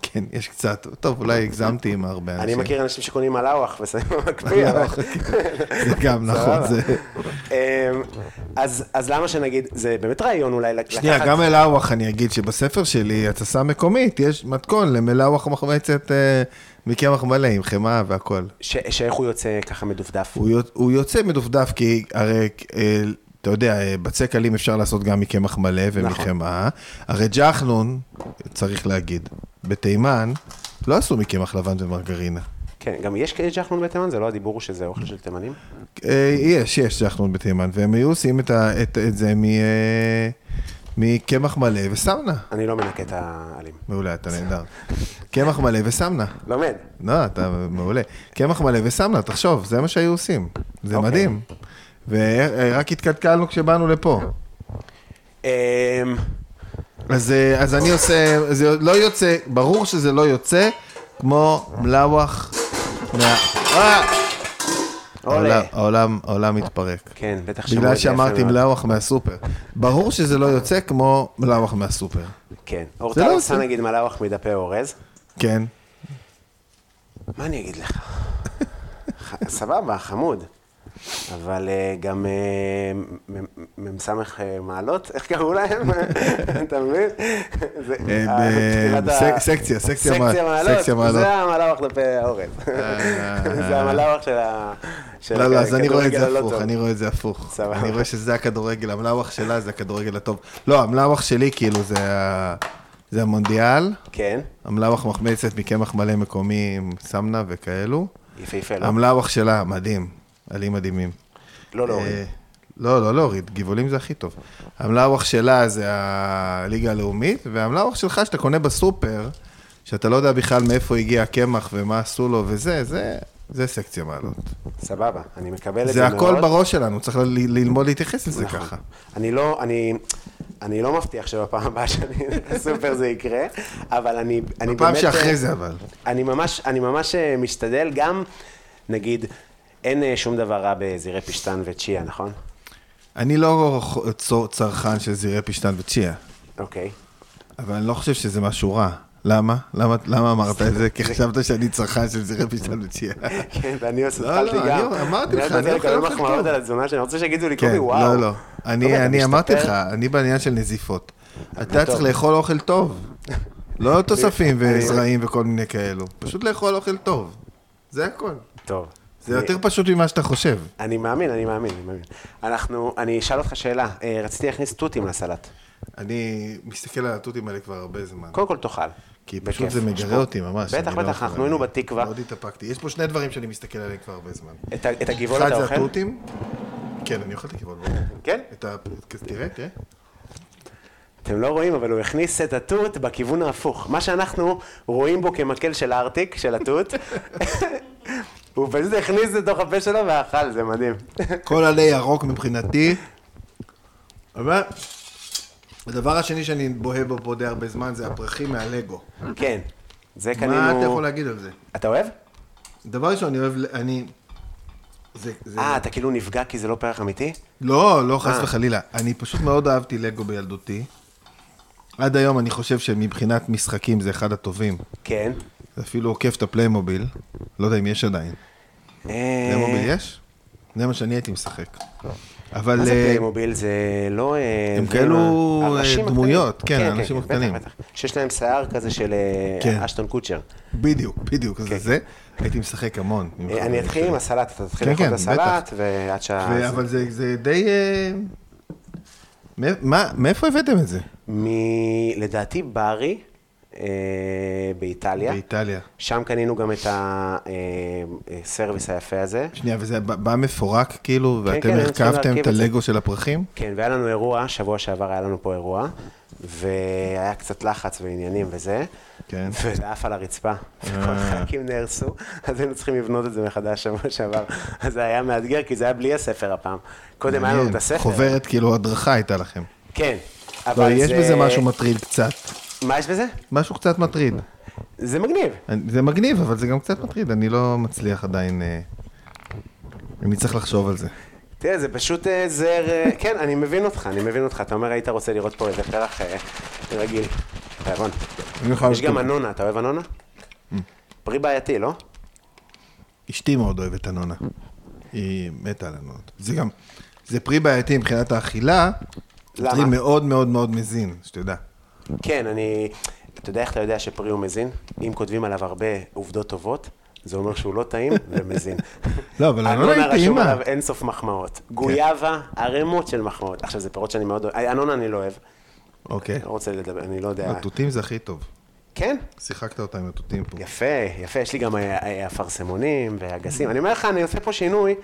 S3: כן, יש קצת. טוב, אולי הגזמתי עם הרבה
S2: אני
S3: אנשים. לא,
S2: מכיר אנשים שקונים מלאווח ושמים במקפיא. אבל-
S3: זה גם נכון,
S2: סבבה.
S3: זה...
S2: אמ, אז אז למה שנגיד, זה באמת רעיון אולי לקחת...
S3: שנייה, גם מלאווח, אני אגיד שבספר שלי, התססה מקומית, יש מתכון למלאווח מחמצת אה, מקמח מלא עם חמאה והכול.
S2: ש- שאיך הוא יוצא ככה מדופדף.
S3: הוא יוצ- הוא יוצא מדופדף, כי הרי, אה, אתה יודע, אה, בצק אלים אפשר לעשות גם מקמח מלא ומחמאה. הרי ג'חנון, צריך להגיד, בתימן, לא עשו מקמח לבן ומרגרינה.
S2: כן, גם יש כאלה ג'חנון בתימן, זה לא הדיבור שזה אוכל של תימנים?
S3: אה, יש, יש ג'חנון בתימן, והם היו עושים את ה- את את זה מ, אה, מקמח מלא וסמנה.
S2: אני לא מנקה את העלים.
S3: מעולה, אתה נהדר. קמח מלא וסמנה.
S2: לומד.
S3: לא, אתה מעולה. קמח מלא וסמנה, תחשוב, זה מה שהיו עושים. זה
S2: אוקיי.
S3: מדהים. ורק התקלקלנו כשבאנו לפה.
S2: אמ,
S3: אז, אה, אז אני עושה, זה לא יוצא, ברור שזה לא יוצא, כמו מלאווח מה... אה!
S2: עולה.
S3: העולם- העולם, העולם מתפרק.
S2: כן, בטח שמעו
S3: בגלל
S2: את זה יפה
S3: שאמרתי
S2: מאוד.
S3: מלאווח מהסופר. ברור שזה לא יוצא כמו מלאווח מהסורפר.
S2: כן.
S3: זה
S2: אורטל
S3: לא
S2: עושה
S3: עושה.
S2: נגיד מלאווח מדפי אורז.
S3: כן.
S2: מה אני אגיד לך? ח- סבבה, חמוד. אבל אה, גם אה, מ- מ- מ"ס אה, מעלות, איך קראו להם? אתה מבין? זה-
S3: אה,
S2: ה-
S3: ב-
S2: כתיבת ה-
S3: סק- סקציה, סקציה מעלות. סקציה
S2: סקציה מעלות,
S3: מעלות. אה,
S2: זה המלאווח דפי האורז. זה המלאווח של ה... של
S3: לא, לא,
S2: הכ-
S3: אז אני רואה את זה
S2: הכדורגל הלא
S3: הפוך,
S2: טוב.
S3: אני רואה את זה הפוך.
S2: סבבה.
S3: אני רואה שזה הכדורגל, המלאווח שלה זה הכדורגל הטוב. לא, המלאווח שלי כאילו זה ה- זה המונדיאל,
S2: כן,
S3: המלאווח מחמצת מקמח מלא מקומי עם סמנה וכאלו.
S2: יפהפה, לא?
S3: המלאווח שלה, מדהים, עלים מדהימים.
S2: לא להוריד.
S3: אה, לא, לא להוריד, גבעולים זה הכי טוב. המלאווח שלה זה הליגה הלאומית, והמלאווח שלך שאתה קונה בסופר, שאתה לא יודע בכלל מאיפה הגיע הקמח ומה עשו לו וזה, זה, זה סקציה מעלות.
S2: סבבה, אני מקבל את זה
S3: זה
S2: מאוד.
S3: הכל בראש שלנו, צריך ל- ללמוד להתייחס לזה
S2: נכון.
S3: ככה.
S2: אני לא, אני, אני לא מבטיח שבפעם הבאה שאני אלך לסופר זה יקרה, אבל אני, אני
S3: פעם
S2: באמת...
S3: שאחרי
S2: אה,
S3: זה אבל.
S2: אני ממש, אני ממש אה, משתדל גם, נגיד, אין אה, שום דבר רע בזירי פשטן וצ'יה, נכון?
S3: אני לא ח- צור- צרכן של זירי פשטן וצ'יה,
S2: אוקיי.
S3: אבל אני לא חושב שזה משהו רע. למה? למה, למה אמרת את זה? כי חשבת שאני צרכן של זירי פשטן וצ'יה.
S2: כן, ואני עושה,
S3: לא,
S2: התחלתי
S3: לא,
S2: גם.
S3: אני אמרתי לך,
S2: אני
S3: אני
S2: לא
S3: אוכל
S2: רוצה לקבל
S3: אוכל
S2: מחמאות
S3: טוב.
S2: על התזונה שאני רוצה שיגידו לי,
S3: כן,
S2: קובי, וואו.
S3: לא, לא.
S2: טוב, אתה
S3: אני, אני אמרתי לך,
S2: משתפר.
S3: אני בעניין של נזיפות. אתה
S2: בטוב.
S3: צריך לאכול אוכל טוב. לא תוספים
S2: אני-
S3: וזרעים וכל מיני כאלו. פשוט לאכול אוכל טוב. זה הכל.
S2: טוב.
S3: זה
S2: אני-
S3: יותר פשוט ממה שאתה חושב.
S2: אני מאמין, אני מאמין, אני מאמין. אנחנו, אני אשאל אותך שאלה, אה, רציתי להכניס תותים לסלט.
S3: אני מסתכל על התותים האלה כבר הרבה זמן.
S2: קודם כל תאכל.
S3: כי
S2: בכיף.
S3: פשוט זה
S2: יש
S3: מגרה
S2: פה-
S3: אותי ממש.
S2: בטח,
S3: אני לא
S2: בטח,
S3: יכול,
S2: אנחנו היינו
S3: אני
S2: בתקווה.
S3: מאוד התאפקתי. יש פה שני דברים שאני מסתכל עליהם כבר הרבה זמן.
S2: את ה- את הגבעול
S3: אחד
S2: אתה
S3: זה
S2: אוכל?
S3: התותים. כן, אני אוכל את הגבעול, ברור.
S2: כן?
S3: את ה... תראה, תראה.
S2: אתם לא רואים, אבל הוא הכניס את התות בכיוון ההפוך. מה שאנחנו רואים בו כמקל של הארטיק, של התות, הוא פשוט הכניס את זה לתוך הפה שלו ואכל, זה מדהים.
S3: כל עלי ירוק מבחינתי. אבל הדבר השני שאני בוהה בו פה די הרבה זמן זה הפרחים מהלגו.
S2: כן, זה קנינו...
S3: מה אתה יכול להגיד על זה?
S2: אתה אוהב?
S3: דבר ראשון, אני אוהב... ל- אני... זה... זה-
S2: אה, אתה כאילו נפגע כי זה לא פרח אמיתי?
S3: לא, לא, חס
S2: אה.
S3: וחלילה. אני פשוט מאוד אהבתי לגו בילדותי. עד היום אני חושב שמבחינת משחקים זה אחד הטובים.
S2: כן.
S3: זה אפילו עוקף את הפליימוביל. לא יודע אם יש עדיין.
S2: אה,
S3: פליימוביל יש? זה מה שאני הייתי משחק. אבל...
S2: מה זה
S3: אה,
S2: פליימוביל? זה לא... אה,
S3: הם
S2: זה
S3: כאלו,
S2: עם ה-
S3: אה,
S2: הראשים הקטנים.
S3: דמויות, כן, האנשים
S2: בטח,
S3: הקטנים.
S2: בטח. שיש להם שיער כזה של אה,
S3: כן.
S2: אשטון קוצ'ר.
S3: בדיוק, בדיוק, זה
S2: כן.
S3: זה. הייתי משחק המון. עם
S2: אה, אני
S3: חברים
S2: אתחיל
S3: שלי.
S2: עם הסלט, אתה תתחיל
S3: כן,
S2: לאכול את
S3: כן,
S2: הסלט, ועד
S3: ו-
S2: שה...
S3: אבל זה, זה די... אה, מא- מה- מאיפה הבאתם את זה?
S2: מ... לדעתי ברי, אה, באיטליה.
S3: באיטליה.
S2: שם קנינו גם את הסרוויס היפה הזה.
S3: שנייה, וזה בא בא מפורק כאילו, ואתם
S2: כן, הם צריכים
S3: הרכבתם
S2: להרכיב
S3: את
S2: את זה.
S3: הלגו של הפרחים?
S2: כן, והיה לנו אירוע, שבוע שעבר היה לנו פה אירוע, והיה קצת לחץ ועניינים וזה.
S3: כן. אה.
S2: וזה עף על הרצפה, וכל החלקים נהרסו, אז היינו צריכים לבנות את זה מחדש שבוע שעבר. אז זה היה מאתגר, כי זה היה בלי הספר הפעם. קודם היה לנו את
S3: מעניין.
S2: הספר.
S3: חוברת, כאילו, הדרכה הייתה לכם.
S2: כן.
S3: לא,
S2: אבל
S3: יש
S2: זה-
S3: בזה משהו מטריד קצת.
S2: מה יש בזה?
S3: משהו קצת מטריד.
S2: זה מגניב.
S3: אני- זה מגניב, אבל זה גם קצת מטריד, אני לא מצליח עדיין... אה, אני צריך לחשוב על זה.
S2: תראה, זה פשוט אה, זר... אה, כן, אני מבין אותך, אני מבין אותך. אתה אומר, היית רוצה לראות פה איזה פרח אה, רגיל. רעבון.
S3: אני אה. יכול
S2: יש גם
S3: לראות-
S2: אנונה, אתה אוהב אנונה? פרי בעייתי, לא?
S3: אשתי מאוד אוהבת אנונה. היא מתה על אנונות. זה גם, זה פרי בעייתי מבחינת האכילה.
S2: למה?
S3: פרי מאוד מאוד מאוד מזין, שתדע.
S2: כן, אני... אתה יודע איך אתה יודע שפרי הוא מזין? אם כותבים עליו הרבה עובדות טובות, זה אומר שהוא לא טעים ומזין.
S3: לא, כן. אבל אנונה היא
S2: רשום
S3: טעימה.
S2: עליו אינסוף מחמאות. גויאבה, ערימות של מחמאות. עכשיו, זה פירות שאני מאוד אוהב. אה, אנונה אני לא אוהב.
S3: אוקיי.
S2: לא רוצה לדבר, אני לא יודע.
S3: התותים זה הכי טוב.
S2: כן?
S3: שיחקת אותה עם התותים פה.
S2: יפה, יפה, יש לי גם אה, אה, אפרסמונים ואגסים. אני אומר לך, אני עושה פה שינוי.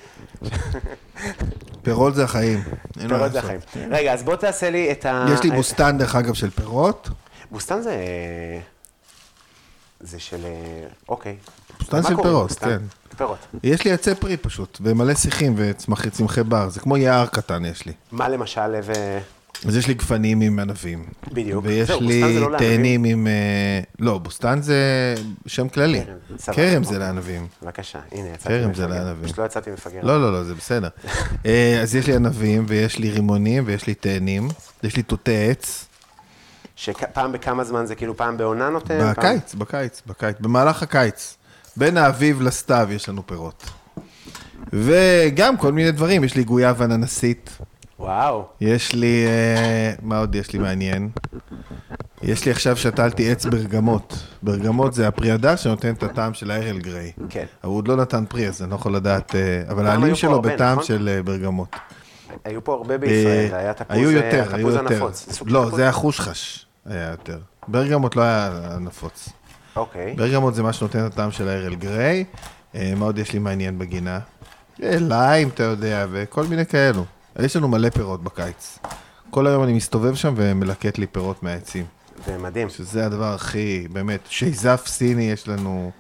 S3: פירות זה החיים. אין מה
S2: פירות זה
S3: לעשות. כן.
S2: החיים. אה, רגע, אז בוא תעשה לי את ה...
S3: יש לי
S2: את-
S3: בוסטן, דרך אגב, של פירות.
S2: בוסתן זה... אה, זה של... אה, אוקיי.
S3: בוסתן
S2: מה
S3: של
S2: קורה
S3: פירות,
S2: בבוסתן?
S3: כן.
S2: פירות.
S3: יש לי עצי פרי פשוט, ומלא שיחים וצמחי בר. זה כמו יער קטן יש לי.
S2: מה למשל, אה, ו...
S3: אז יש לי גפנים עם ענבים.
S2: בדיוק.
S3: ויש
S2: זהו,
S3: לי
S2: בוסתן זה לא לענבים?
S3: תאנים עם... אה, לא, בוסתן זה שם כללי.
S2: כרם, סבבה.
S3: כרם זה לענבים.
S2: בבקשה, הנה, יצאתי
S3: כרם זה
S2: מפגר.
S3: לענבים.
S2: פשוט לא יצאתי מפגר.
S3: לא, לא, לא, זה בסדר. אה, אז יש לי ענבים, ויש לי רימונים, ויש לי תאנים, יש לי תותי עץ.
S2: שפעם בכמה זמן זה כאילו פעם בעונה נותן? פעם-
S3: בקיץ, בקיץ, בקיץ, במהלך הקיץ. בין האביב לסתיו יש לנו פירות. וגם כל מיני דברים, יש לי גויאב אננסית,
S2: וואו.
S3: יש לי, אה, מה עוד יש לי מעניין? יש לי עכשיו שתלתי עץ ברגמות. ברגמות זה הפרי הדר שנותן את הטעם של הארל גריי.
S2: כן.
S3: אבל הוא עוד לא נתן פרי, אז אני לא יכול לדעת, אה, אבל
S2: היו
S3: העלים
S2: פה
S3: שלו
S2: הרבה,
S3: בטעם
S2: נכון?
S3: של אה, ברגמות.
S2: היו פה הרבה בישראל, היה תפוז
S3: אה, היו יותר,
S2: התפוז
S3: היו יותר.
S2: הנפוץ. זה סוג של
S3: לא,
S2: תפוז?
S3: זה היה חושחש, היה יותר. ברגמות לא היה נפוץ.
S2: אוקיי.
S3: ברגמות זה מה שנותן את הטעם של הארל גריי. אה, מה עוד יש לי מעניין בגינה? אה, ליים, אתה יודע, וכל מיני כאלו. יש לנו מלא פירות בקיץ. כל היום אני מסתובב שם ומלקט לי פירות מהעצים.
S2: זה מדהים.
S3: שזה הדבר הכי, באמת, שייזף סיני יש לנו.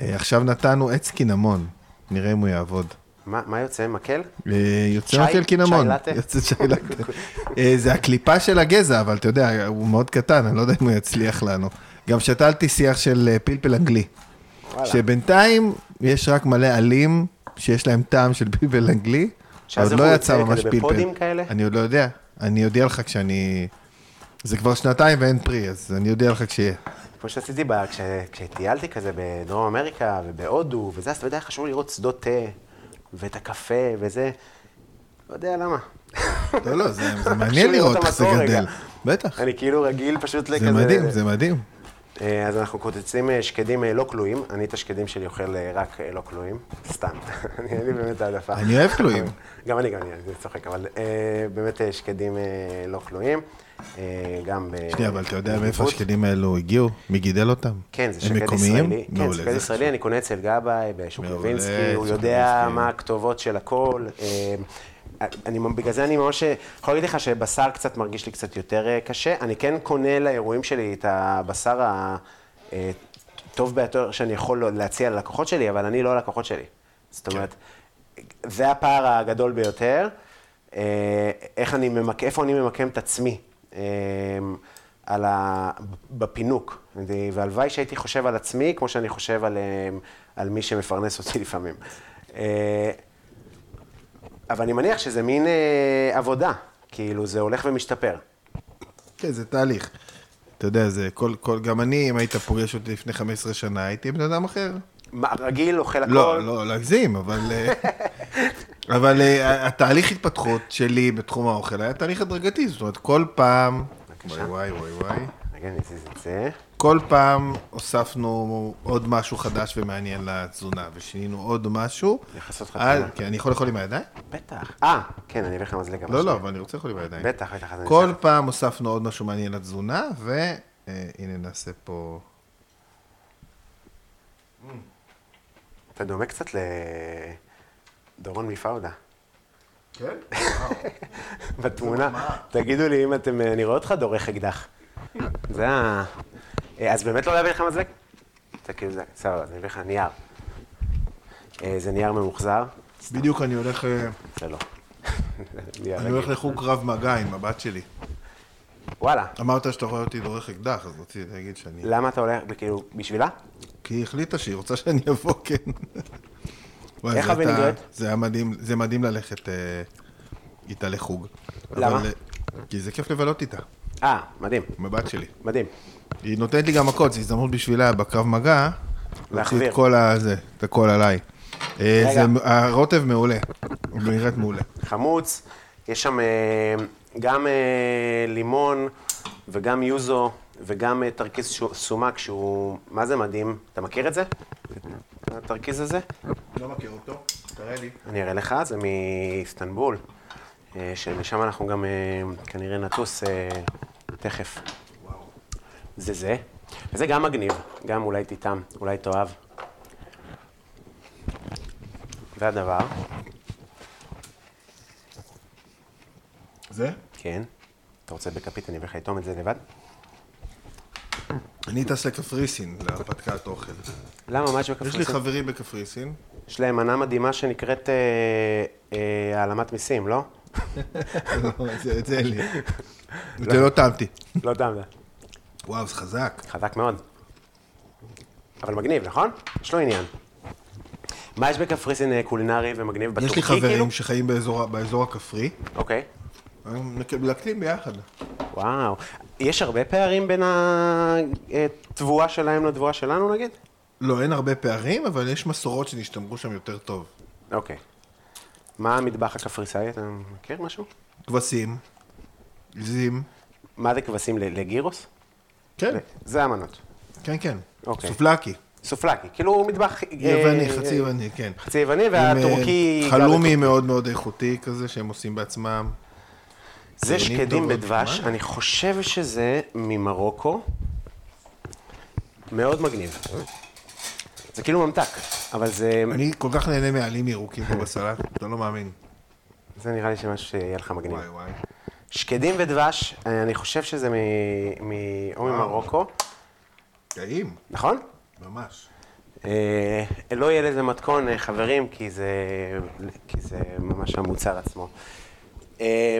S3: אה, עכשיו נתנו עץ קינמון, נראה אם הוא יעבוד.
S2: מה מה יוצא, מקל?
S3: אה,
S2: צ'אי?
S3: יוצא מקל קינמון.
S2: צ'אי לאטה?
S3: יוצא צ'אי לאטה. אה, זה הקליפה של הגזע, אבל אתה יודע, הוא מאוד קטן, אני לא יודע אם הוא יצליח לנו. גם שתלתי שיח של אה, פלפל אנגלי.
S2: וואלה.
S3: שבינתיים יש רק מלא עלים שיש להם טעם של פלפל אנגלי.
S2: שאז
S3: עוד
S2: איך
S3: לא
S2: הוא
S3: יצא
S2: יוצא
S3: ממש
S2: כזה,
S3: פלפל.
S2: בפודים כאלה?
S3: אני עוד לא יודע. אני אודיע לך כשאני... זה כבר שנתיים ואין פרי, אז אני אודיע לך כשיהיה.
S2: כמו שעשיתי ב- כש- כשטיילתי כזה בדרום אמריקה ובהודו וזה, אז אתה יודע, היה חשוב לי לראות שדות תה ואת הקפה וזה. לא יודע למה.
S3: לא, לא, זה זה
S2: חשוב
S3: מעניין
S2: לראות
S3: לראות איך זה
S2: את המקור רגע.
S3: גדל. בטח.
S2: אני כאילו רגיל פשוט לכזה...
S3: זה מדהים, זה מדהים.
S2: אה, אז אנחנו קוצצים אה, שקדים אה, לא כלואים, אני את השקדים שלי אוכל אה, רק אה, לא כלואים, סתם, אני- אין לי באמת העדפה.
S3: אני אוהב כלואים.
S2: גם אני, גם אני, אני צוחק, אבל אה, באמת אה, שקדים אה, לא כלואים, אה, גם... ב-
S3: שנייה, אבל אתה יודע מאיפה
S2: בנדיבות.
S3: השקדים האלו הגיעו? מי גידל אותם?
S2: כן, זה
S3: הם
S2: שקד
S3: מקומיים?
S2: ישראלי. כן,
S3: מעולה,
S2: שקד
S3: זה
S2: ישראלי, אני קונה אצל גבאי בשוק
S3: מעולה,
S2: לוינסקי, הוא
S3: שוק
S2: יודע
S3: לוינסקי.
S2: מה הכתובות של הכל. אה, אני, בגלל זה אני ממש, אני יכול להגיד לך שבשר קצת מרגיש לי קצת יותר אה, קשה. אני כן קונה לאירועים שלי את הבשר הטוב ביותר שאני יכול להציע ללקוחות שלי, אבל אני לא הלקוחות שלי.
S3: כן.
S2: זאת אומרת, זה הפער הגדול ביותר. אה, איך אני ממק... איפה אני ממקם את עצמי אה, על ה... בפינוק. אני- והלוואי שהייתי חושב על עצמי כמו שאני חושב על, אה, על מי שמפרנס אותי לפעמים. אה, אבל אני מניח שזה מין אה, עבודה, כאילו זה הולך ומשתפר.
S3: כן, זה תהליך. אתה יודע, זה כל, כל, גם אני, אם היית פוגש אותי לפני 15 שנה, הייתי בן אדם אחר.
S2: מה, רגיל, אוכל הכל.
S3: לא, לא להגזים, אבל... אה, אבל אה, התהליך התפתחות שלי בתחום האוכל היה תהליך הדרגתי, זאת אומרת, כל פעם... וואי, וואי, וואי, וואי.
S2: רגע, אני אזיז את זה.
S3: כל פעם הוספנו עוד משהו חדש ומעניין לתזונה, ושינינו עוד משהו.
S2: יחסות
S3: אה,
S2: חתונה.
S3: כן, אני יכול לאכול עם הידיים?
S2: בטח. אה, כן, אני אביא לך מזלג. אבל
S3: לא, לא,
S2: שנייה.
S3: אבל אני רוצה לאכול עם הידיים.
S2: בטח, בטח. אז אני
S3: כל פעם הוספנו עוד משהו מעניין לתזונה, והנה נעשה פה...
S2: אתה דומה קצת לדורון מפאודה.
S3: כן?
S2: בתמונה. תגידו לי אם אתם, אני רואה אותך דורך אקדח. זה ה... אה, אז באמת לא להביא לך מזלג? אתה כאילו זה, סבבה, אז אני אביא לך נייר. אה, זה נייר ממוחזר?
S3: בדיוק אני הולך, אה,
S2: זה לא. נייר
S3: אני
S2: רגיל.
S3: הולך לחוג קרב מגע עם הבת שלי.
S2: וואלה.
S3: אמרת שאתה רואה אותי דורך אקדח, אז רציתי להגיד שאני...
S2: למה אתה הולך, כאילו, בשבילה?
S3: כי היא החליטה שהיא רוצה שאני אבוא, כן. וואי,
S2: איך
S3: זה
S2: הבן
S3: הייתה-
S2: נגרט?
S3: זה היה מדהים, זה מדהים ללכת אה, איתה לחוג.
S2: למה?
S3: אבל, אה, כי זה כיף לבלות איתה,
S2: אה, מדהים,
S3: עם הבת שלי.
S2: מדהים.
S3: היא נותנת לי גם מכות, זו הזדמנות בשבילה בקרב מגע.
S2: להחזיר.
S3: להוציא את כל הזה, את הכל עליי. אה,
S2: רגע.
S3: זה- הרוטב מעולה, הוא נראית מעולה.
S2: חמוץ, יש שם אה, גם אה, לימון וגם יוזו וגם אה, תרכיז שו- סומק שהוא, מה זה מדהים, אתה מכיר את זה? התרכיז הזה?
S3: לא מכיר אותו, תראה לי.
S2: אני אראה לך, זה מאיסטנבול, אה, שמשם אנחנו גם אה, כנראה נטוס אה, תכף. זה זה, וזה גם מגניב, גם אולי תטעם, אולי תאהב. והדבר,
S3: זה?
S2: כן, אתה רוצה בכפית, אני הולך לטעום את זה לבד?
S3: אני טס לקפריסין, להרפתקת אוכל.
S2: למה, מה יש
S3: יש לי
S2: בקפריסין?
S3: חברים בקפריסין.
S2: יש להם מנה מדהימה שנקראת אה, אה, העלמת מיסים, לא?
S3: לא, את זה אין לי. את זה לא טעמתי.
S2: לא יודע,
S3: וואו, זה חזק.
S2: חזק מאוד. אבל מגניב, נכון? יש לו עניין. מה יש בקפריסין אה, קולינרי ומגניב בטורקי, כאילו?
S3: יש לי חברים שחיים באזור- באזור הכפרי,
S2: אוקיי,
S3: הם מלקטים ביחד.
S2: וואו. יש הרבה פערים בין התבואה שלהם לתבואה שלנו, נגיד?
S3: לא, אין הרבה פערים, אבל יש מסורות שנשתמרו שם יותר טוב.
S2: אוקיי. מה המטבח הקפריסאי? אתה מכיר משהו?
S3: כבשים, עיזים.
S2: מה זה כבשים ל- לגירוס?
S3: כן,
S2: זה המנות.
S3: כן, כן.
S2: אוקיי.
S3: סופלקי.
S2: סופלקי, כאילו מטבח... אה,
S3: יווני,
S2: אה,
S3: חצי יווני, כן.
S2: חצי יווני,
S3: עם, אה,
S2: והטורקי... גם
S3: חלומי מאוד מאוד איכותי כזה, שהם עושים בעצמם.
S2: זה
S3: טעינים
S2: שקדים
S3: טובות.
S2: בדבש,
S3: מה?
S2: אני חושב שזה ממרוקו. מאוד מגניב. זה כאילו ממתק, אבל זה,
S3: אני כל כך נהנה מעלים ירוקים פה בסלט, אתה לא מאמין.
S2: זה נראה לי שמשהו שיהיה לך מגניב.
S3: וואי וואי.
S2: שקדים ודבש, אני חושב שזה מ... מ- או ממרוקו,
S3: טעים,
S2: נכון?
S3: ממש.
S2: אה, לא יהיה לזה מתכון, אה, חברים, כי זה, כי זה ממש המוצר עצמו. אה,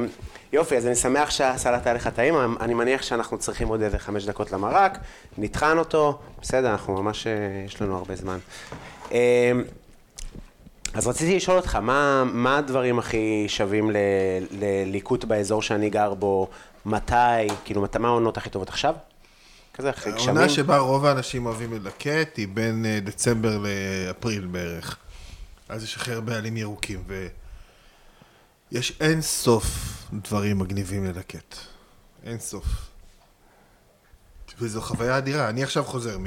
S2: יופי, אז אני שמח שהסלט היה לך טעים, אני מניח שאנחנו צריכים עוד איזה חמש דקות למרק, נטחן אותו, בסדר, אנחנו ממש, אה, יש לנו הרבה זמן. אה, אז רציתי לשאול אותך, מה, מה הדברים הכי שווים ל- לליקוט באזור שאני גר בו, מתי, כאילו, מת- מה העונות הכי טובות עכשיו? כזה, אחרי גשמים?
S3: העונה שבה רוב האנשים אוהבים ללקט היא בין אה, דצמבר לאפריל בערך. אז יש הכי הרבה עלים ירוקים, ויש אין סוף דברים מגניבים ללקט. אין סוף. וזו חוויה אדירה. אני עכשיו חוזר מ...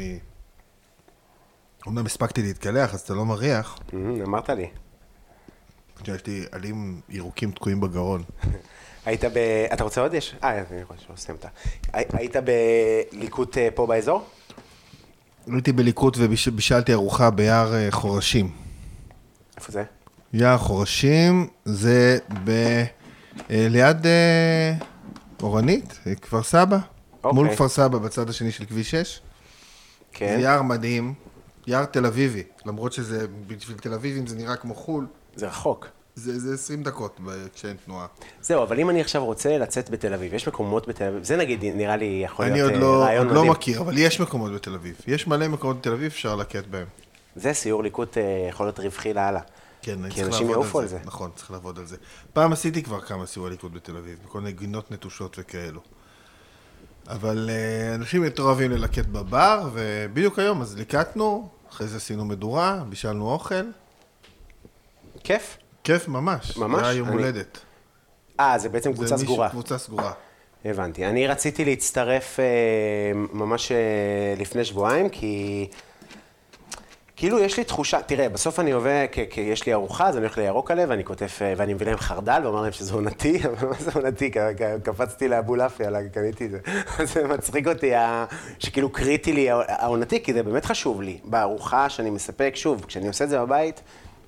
S3: אומנם הספקתי להתקלח, אז אתה לא מריח.
S2: אמ, אמרת לי.
S3: יש לי עלים ירוקים תקועים בגרון.
S2: היית ב... אתה רוצה עוד יש? אה, אני יכול שלא סיימת. הי- היית בליקוט אה, פה באזור?
S3: הייתי בליקוט ובישלתי ארוחה ביער אה, חורשים.
S2: איפה זה?
S3: יער חורשים זה ב... אה, ליד אה, אורנית, אה, כפר סבא.
S2: אוקיי.
S3: מול כפר סבא, בצד השני של כביש 6.
S2: כן.
S3: זה יער מדהים, יער תל אביבי. למרות שזה, בשביל תל אביבים זה נראה כמו חו"ל,
S2: זה רחוק.
S3: זה, זה 20 דקות ב- כשאין תנועה.
S2: זהו, אבל אם אני עכשיו רוצה לצאת בתל אביב, יש מקומות בתל אביב, זה נגיד נראה לי יכול
S3: אני
S2: להיות
S3: עוד
S2: אה,
S3: לא,
S2: רעיון
S3: עוד לא
S2: מדהים.
S3: מכיר, אבל יש מקומות בתל אביב. יש מלא מקומות בתל אביב שאפשר לקט בהם.
S2: זה סיור ליקוט אה, יכול להיות רווחי לאללה.
S3: כן, אני
S2: כי
S3: צריך
S2: אנשים
S3: לעבוד
S2: יעופו
S3: על
S2: על
S3: זה.
S2: זה.
S3: נכון, צריך לעבוד על זה. פעם עשיתי כבר כמה סיורי ליכוד בתל אביב, בכל מיני גינות נטושות וכאלו. אבל אה, אנשים יותר אוהבים ללקט בבר, ובדיוק היום, אז ליקטנו, אחרי זה עשינו מדורה, בישלנו אוכל.
S2: כיף?
S3: כיף ממש.
S2: ממש?
S3: זה היה יום
S2: אני-
S3: הולדת.
S2: אה, זה בעצם קבוצה
S3: זה מישהו-
S2: סגורה.
S3: קבוצה סגורה.
S2: הבנתי. אני רציתי להצטרף אה, ממש אה, לפני שבועיים, כי... כאילו, יש לי תחושה, תראה, בסוף אני עובד, כ- כי יש לי ארוחה, אז אני הולך לירוק עליה, ואני כותב, אה, ואני מביא להם חרדל, ואומר להם שזה עונתי, אבל מה זה עונתי? כ- כ- קפצתי לאבולעפיה, לה- קניתי את זה. אז זה מצחיק אותי, ה- שכאילו קריטי לי הע- העונתי, כי זה באמת חשוב לי. בארוחה שאני מספק, שוב, כשאני עושה את זה בבית,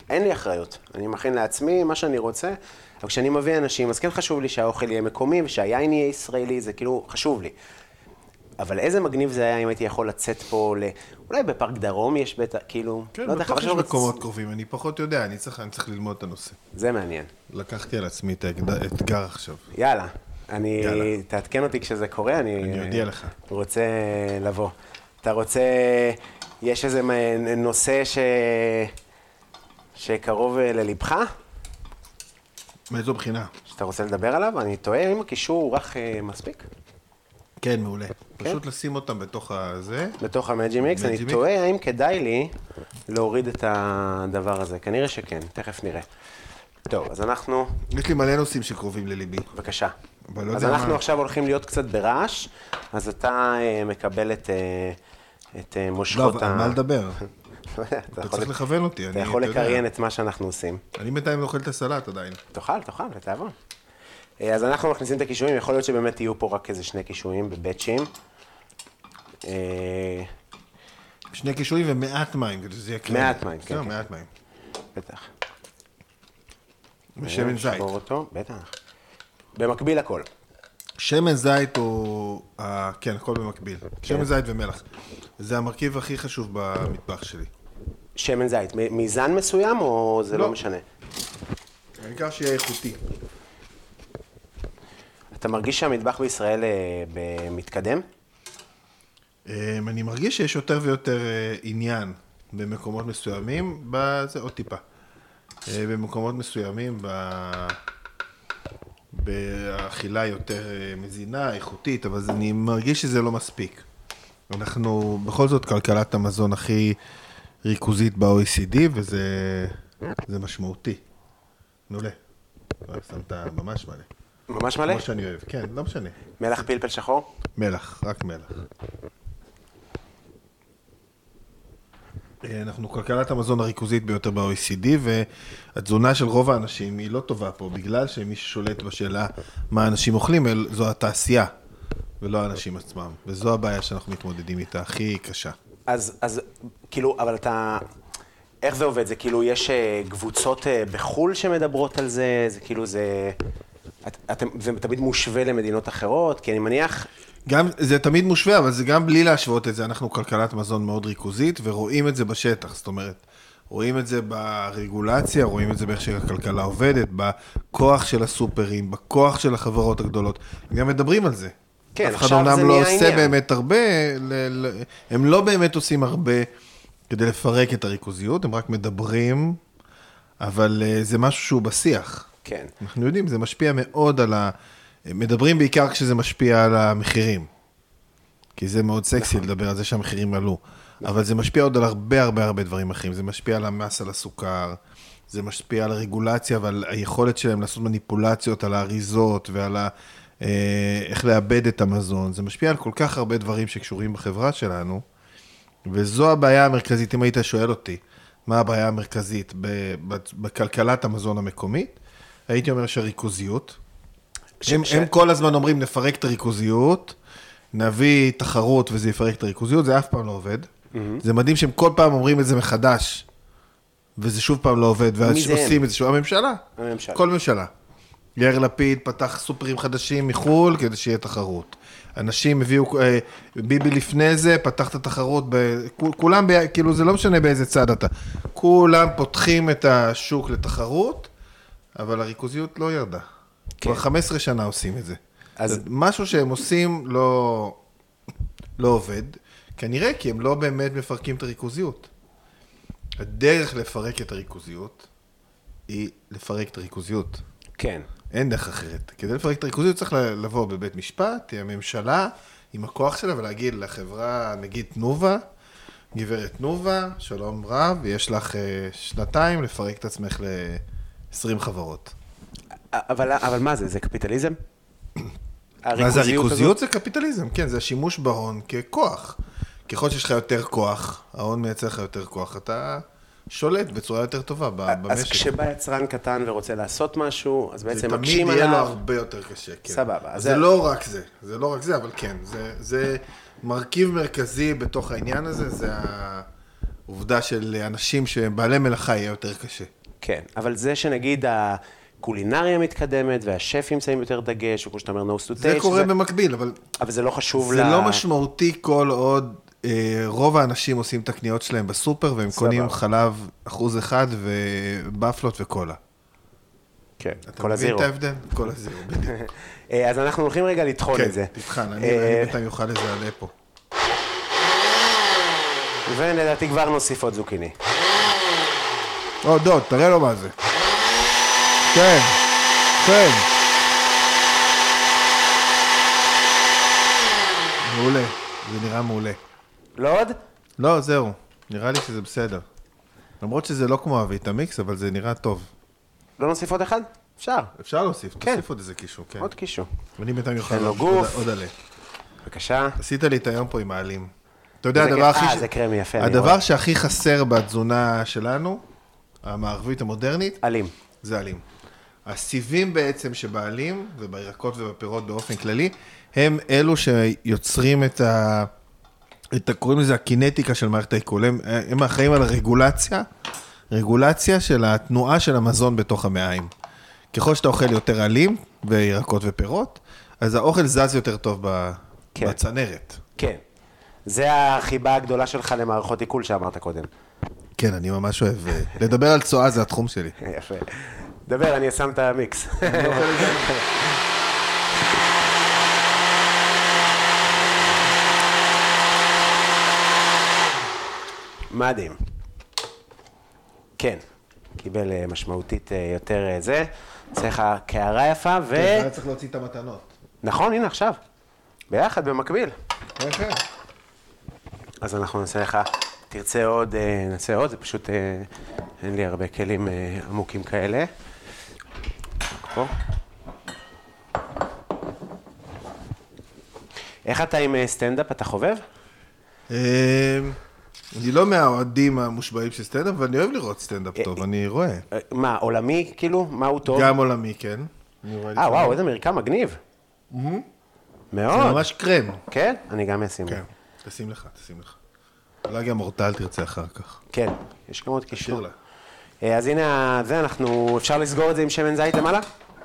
S2: אין לי אחריות. אני מכין לעצמי מה שאני רוצה, אבל כשאני מביא אנשים, אז כן חשוב לי שהאוכל יהיה מקומי, ושהיין יהיה ישראלי, זה כאילו חשוב לי. אבל איזה מגניב זה היה אם הייתי יכול לצאת פה ל... אולי בפארק דרום יש בטח, כאילו...
S3: כן,
S2: יודע,
S3: בטח
S2: חבל
S3: יש
S2: שלא רצ-
S3: מקומות קרובים, אני פחות יודע, אני צריך אני צריך ללמוד את הנושא.
S2: זה מעניין.
S3: לקחתי על עצמי את האתגר עכשיו.
S2: יאללה. אני,
S3: יאללה.
S2: תעדכן אותי כשזה קורה, אני...
S3: אני אודיע לך.
S2: רוצה לבוא. אתה רוצה, יש איזה מ- נושא ש... שקרוב אה, ללבך,
S3: מאיזו בחינה?
S2: שאתה רוצה לדבר עליו? אני תוהה אם הקישור הוא רך אה, מספיק.
S3: כן, מעולה. פשוט לשים אותם בתוך הזה.
S2: בתוך המג'י מיקס, אני
S3: מג'י מיקס?
S2: תוהה האם כדאי לי להוריד את הדבר הזה. כנראה שכן, תכף נראה. טוב, אז אנחנו,
S3: יש לי מלא נושאים שקרובים לליבי.
S2: בבקשה.
S3: אבל לא
S2: אז
S3: יודע
S2: אנחנו
S3: מה-
S2: עכשיו הולכים להיות קצת ברעש, אז אתה אה, מקבל את, אה, את אה,
S3: לא,
S2: מושכות
S3: אבל על מה לדבר?
S2: לא יודע, אתה
S3: אתה
S2: יכול
S3: צריך
S2: לק-
S3: לכוון אותי.
S2: אתה
S3: אני-
S2: יכול
S3: יודע,
S2: לקריין את מה שאנחנו עושים.
S3: אני בינתיים אוכל את הסלט עדיין.
S2: תאכל, תאכל, לתיאבון. אה, אז אנחנו מכניסים את הקישואים, יכול להיות שבאמת יהיו פה רק איזה שני קישואים בבאצ'ים. אה,
S3: שני קישואים ומעט מים, כדי שזה יהיה קרם.
S2: מעט מים, כן,
S3: בסדר,
S2: כן.
S3: מעט מים.
S2: בטח.
S3: ושמן זית.
S2: נשבור אותו, בטח. במקביל הכל.
S3: שמן זית או... אה, כן, הכל במקביל. שמן זית ומלח. זה המרכיב הכי חשוב במטבח שלי.
S2: שמן זית, מ- מזן מסוים או זה לא משנה?
S3: העיקר שיהיה איכותי.
S2: אתה מרגיש שהמטבח בישראל אה, ב- מתקדם?
S3: אמ, אני מרגיש שיש יותר ויותר אה, עניין במקומות מסוימים, בזה עוד טיפה. אה, במקומות מסוימים, ב... באכילה יותר אה, מזינה, איכותית, אבל זה- אני מרגיש שזה לא מספיק. אנחנו בכל זאת כלכלת המזון הכי ריכוזית ב-OECD, וזה זה משמעותי. מעולה. אה, שמת ממש מלא.
S2: ממש מלא?
S3: כמו שאני אוהב, כן, לא משנה.
S2: מלח פלפל שחור?
S3: מלח, רק מלח. אה, אנחנו כלכלת המזון הריכוזית ביותר ב-OECD, והתזונה של רוב האנשים היא לא טובה פה, בגלל שמי ששולט בשאלה מה אנשים אוכלים, אל- זו התעשייה, ולא האנשים עצמם. וזו הבעיה שאנחנו מתמודדים איתה, הכי קשה.
S2: אז, אז כאילו, אבל אתה... איך זה עובד? זה כאילו, יש אה, קבוצות אה, בחו"ל שמדברות על זה? זה כאילו, זה... את, אתם, זה תמיד מושווה למדינות אחרות? כי אני מניח...
S3: גם, זה תמיד מושווה, אבל זה גם בלי להשוות את זה, אנחנו כלכלת מזון מאוד ריכוזית, ורואים את זה בשטח, זאת אומרת, רואים את זה ברגולציה, רואים את זה באיך שהכלכלה עובדת, בכוח של הסופרים, בכוח של החברות הגדולות, גם מדברים על זה.
S2: כן,
S3: אף אחד
S2: עכשיו זה
S3: אומנם לא
S2: נהיה
S3: עושה
S2: העניין.
S3: באמת הרבה, ל, ל, הם לא באמת עושים הרבה כדי לפרק את הריכוזיות, הם רק מדברים, אבל אה, זה משהו שהוא בשיח.
S2: כן.
S3: אנחנו יודעים, זה משפיע מאוד על ה... מדברים בעיקר כשזה משפיע על המחירים. כי זה מאוד סקסי לדבר על זה שהמחירים עלו. אבל זה משפיע עוד על הרבה הרבה הרבה דברים אחרים. זה משפיע על המס על הסוכר, זה משפיע על הרגולציה ועל היכולת שלהם לעשות מניפולציות על האריזות ועל ה... אה, איך לאבד את המזון. זה משפיע על כל כך הרבה דברים שקשורים בחברה שלנו, וזו הבעיה המרכזית, אם היית שואל אותי, מה הבעיה המרכזית ב- ב- בכלכלת המזון המקומית, הייתי אומר שהריכוזיות.
S2: ש-
S3: הם,
S2: ש-
S3: הם כל הזמן אומרים, נפרק את הריכוזיות, נביא תחרות וזה יפרק את הריכוזיות, זה אף פעם לא עובד. זה מדהים שהם כל פעם אומרים את זה מחדש, וזה שוב פעם לא עובד, ואז
S2: מי זה הם?
S3: עושים את זה שוב, הממשלה.
S2: הממשלה.
S3: כל ממשלה. יאיר לפיד פתח סופרים חדשים מחו"ל כדי שיהיה תחרות. אנשים הביאו, אה, ביבי לפני זה פתח את התחרות, ב, כו- כולם, ב, כאילו זה לא משנה באיזה צד אתה, כולם פותחים את השוק לתחרות, אבל הריכוזיות לא ירדה. כן. כבר 15 שנה עושים את זה.
S2: אז-
S3: אז זה משהו שהם עושים לא, לא עובד, כנראה כי הם לא באמת מפרקים את הריכוזיות. הדרך לפרק את הריכוזיות היא לפרק את הריכוזיות.
S2: כן.
S3: אין דרך אחרת. כדי לפרק את הריכוזיות צריך ל- לבוא בבית משפט, עם הממשלה, עם הכוח שלה, ולהגיד לחברה, נגיד תנובה, גברת תנובה, שלום רב, יש לך אה, שנתיים לפרק את עצמך ל-20 חברות.
S2: אבל, אבל מה זה? זה קפיטליזם?
S3: אז
S2: הזאת?
S3: הריכוזיות זה קפיטליזם, כן, זה השימוש בהון ככוח. ככל שיש לך יותר כוח, ההון מייצר לך יותר כוח, אתה שולט בצורה יותר טובה ב- אה, במשק.
S2: אז כשבא יצרן קטן ורוצה לעשות משהו, אז בעצם
S3: זה
S2: מקשים עליו...
S3: תמיד יהיה לו הרבה יותר קשה, כן.
S2: סבבה, אז
S3: אז זה
S2: זה-
S3: לא רק זה, זה לא רק זה, אבל כן, זה, זה מרכיב מרכזי בתוך העניין הזה, זה העובדה של אנשים שהם בעלי מלאכה יהיה יותר קשה.
S2: כן, אבל זה שנגיד הקולינריה מתקדמת והשפים שמים יותר דגש, או כמו שאתה אומר, no to taste,
S3: זה קורה
S2: זה-
S3: במקביל, אבל
S2: אבל זה לא חשוב ל...
S3: זה לא משמעותי כל עוד אה, רוב האנשים עושים את הקניות שלהם בסופר, והם
S2: סבבה.
S3: קונים חלב אחוז אחד ובפלות וקולה.
S2: כן,
S3: אתה
S2: כל
S3: מבין
S2: הזירו.
S3: את ההבדל? כל הזירו, בדיוק.
S2: אה, אז אנחנו הולכים רגע לטחון את זה.
S3: כן, תבחן, אני
S2: אה,
S3: אני בינתיים אוכל איזה עלה פה.
S2: ולדעתי כבר נוסיף עוד זוקיני.
S3: או, דוד, תראה לו מה זה. כן, כן. מעולה, זה נראה מעולה.
S2: לא עוד?
S3: לא, זהו, נראה לי שזה בסדר. למרות שזה לא כמו הוויטמיקס, אבל זה נראה טוב.
S2: לא נוסיף עוד אחד? אפשר.
S3: אפשר להוסיף,
S2: כן.
S3: תוסיף עוד איזה קישור, כן.
S2: עוד קישור.
S3: ואני בינתיים אוכל
S2: תן לו
S3: עוד-
S2: גוף.
S3: עוד- עוד עלה.
S2: בבקשה.
S3: עשית לי את היום פה עם העלים. אתה יודע,
S2: זה
S3: הדבר
S2: כיף.
S3: הכי...
S2: אה, זה קרמי, יפה, אני
S3: הדבר
S2: רואה.
S3: שהכי חסר בתזונה שלנו, המערבית המודרנית,
S2: עלים.
S3: זה עלים. הסיבים בעצם שבעלים, ובירקות ובפירות באופן כללי, הם אלו שיוצרים את ה... את ה... קוראים לזה הקינטיקה של מערכת העיכול. הם, הם האחראים על הרגולציה, רגולציה של התנועה של המזון בתוך המעיים. ככל שאתה אוכל יותר עלים וירקות ופירות, אז האוכל זז יותר טוב ב...
S2: כן.
S3: כן. בצנרת.
S2: כן. זה החיבה הגדולה שלך למערכות עיכול שאמרת קודם.
S3: כן, אני ממש אוהב... אה, לדבר על צואה זה התחום שלי.
S2: יפה. דבר, אני אשם את המיקס. מדהים. כן, קיבל אה, משמעותית אה, יותר אה, זה. צריך לך קערה יפה, ו...
S3: צריך להוציא את המתנות.
S2: נכון, הנה עכשיו. ביחד, במקביל.
S3: כן.
S2: אז אנחנו נעשה לך, תרצה עוד, אה, נעשה עוד, זה פשוט, אה, אין לי הרבה כלים אה, עמוקים כאלה. פה. איך אתה עם אה, סטנדאפ? אתה חובב?
S3: אמ, אני לא מהאוהדים המושבעים של סטנדאפ, אבל אני אוהב לראות סטנדאפ טוב, אני רואה.
S2: אה, מה, עולמי, כאילו? מה הוא טוב?
S3: גם עולמי, כן. אני רואה
S2: אה,
S3: לפעמים.
S2: וואו, איזה מרקם מגניב.
S3: Mm-hmm. זה
S2: מאוד.
S3: ממש קרם.
S2: כן? אני גם אשים.
S3: כן, תשים לך, תשים לך. אולי גם אורטל תרצה אחר כך.
S2: כן, יש גם עוד קישור.
S3: לה.
S2: אה, אז הנה, ה- זה, אנחנו, אפשר לסגור את זה עם שמן זית למעלה?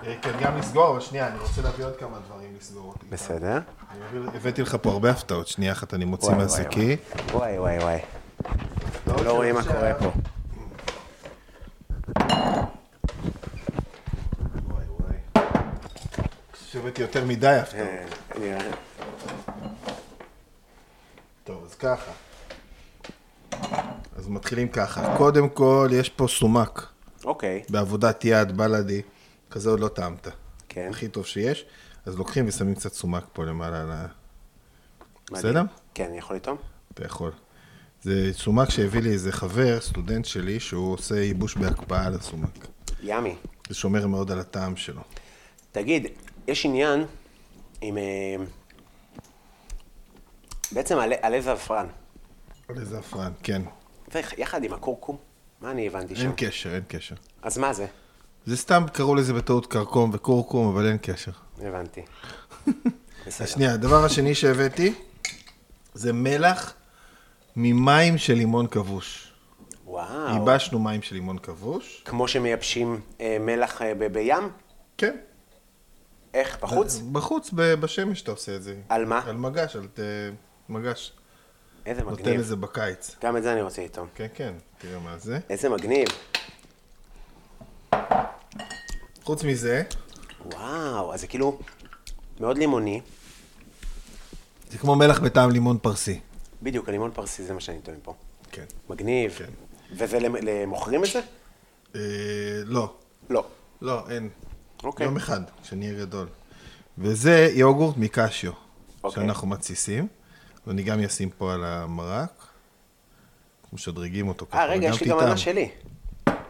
S3: אה, כן, גם לסגור, אבל שנייה, אני רוצה להביא עוד כמה דברים לסגור אותי.
S2: בסדר.
S3: אני מביא- הבאתי לך פה הרבה הפתעות, שנייה אחת אני מוציא
S2: וואי,
S3: מהזיקי.
S2: וואי, וואי, וואי. לא רואים מה קורה פה.
S3: וואי, וואי. חשבתי יותר מדי הפתעות.
S2: אה, נראה.
S3: טוב, אז ככה. אז מתחילים ככה. קודם כל, יש פה סומק
S2: אוקיי.
S3: בעבודת יד, בלאדי, כזה עוד לא טעמת.
S2: כן.
S3: הכי טוב שיש. אז לוקחים ושמים קצת סומק פה למעלה על ה...
S2: מדהים.
S3: בסדר?
S2: כן, אני יכול לטעום?
S3: אתה יכול. זה סומק שהביא לי איזה חבר, סטודנט שלי, שהוא עושה ייבוש בהקפאה על הסומק.
S2: ימי.
S3: זה שומר מאוד על הטעם שלו.
S2: תגיד, יש עניין עם... אה, בעצם עלי- עלי זעפרן,
S3: על זעפרן, כן.
S2: ויחד עם הכורכום, מה אני הבנתי שם?
S3: אין קשר, אין קשר.
S2: אז מה זה?
S3: זה סתם קראו לזה בטעות כרכום וכורכום, אבל אין קשר.
S2: הבנתי. בסדר.
S3: השנייה, הדבר השני שהבאתי זה מלח ממים של לימון כבוש.
S2: וואו.
S3: ייבשנו מים של לימון כבוש.
S2: כמו שמייבשים אה, מלח אה, ב- בים?
S3: כן.
S2: איך?
S3: אה,
S2: בחוץ?
S3: בחוץ, ב- בשמש אתה עושה את זה.
S2: על מה?
S3: על מגש, על ת- מגש.
S2: איזה
S3: נותן
S2: מגניב.
S3: לזה בקיץ.
S2: גם את זה אני רוצה לטעום.
S3: כן, כן, תראה מה זה.
S2: איזה מגניב.
S3: חוץ מזה,
S2: וואו, אז זה כאילו מאוד לימוני.
S3: זה כמו מלח בטעם לימון פרסי.
S2: בדיוק, הלימון פרסי זה מה שאני טוען פה.
S3: כן.
S2: מגניב.
S3: כן.
S2: וזה למ- למוכרים את זה?
S3: אה, לא,
S2: לא.
S3: לא, אין.
S2: אוקיי.
S3: יום אחד, כשנהיה גדול. וזה יוגורט מקשיו,
S2: אוקיי.
S3: שאנחנו מתסיסים. ואני גם אשים פה על המרק. אנחנו משדרגים אותו ככה.
S2: אה, רגע,
S3: וגם
S2: יש לי גם
S3: תטעם.
S2: מנה שלי.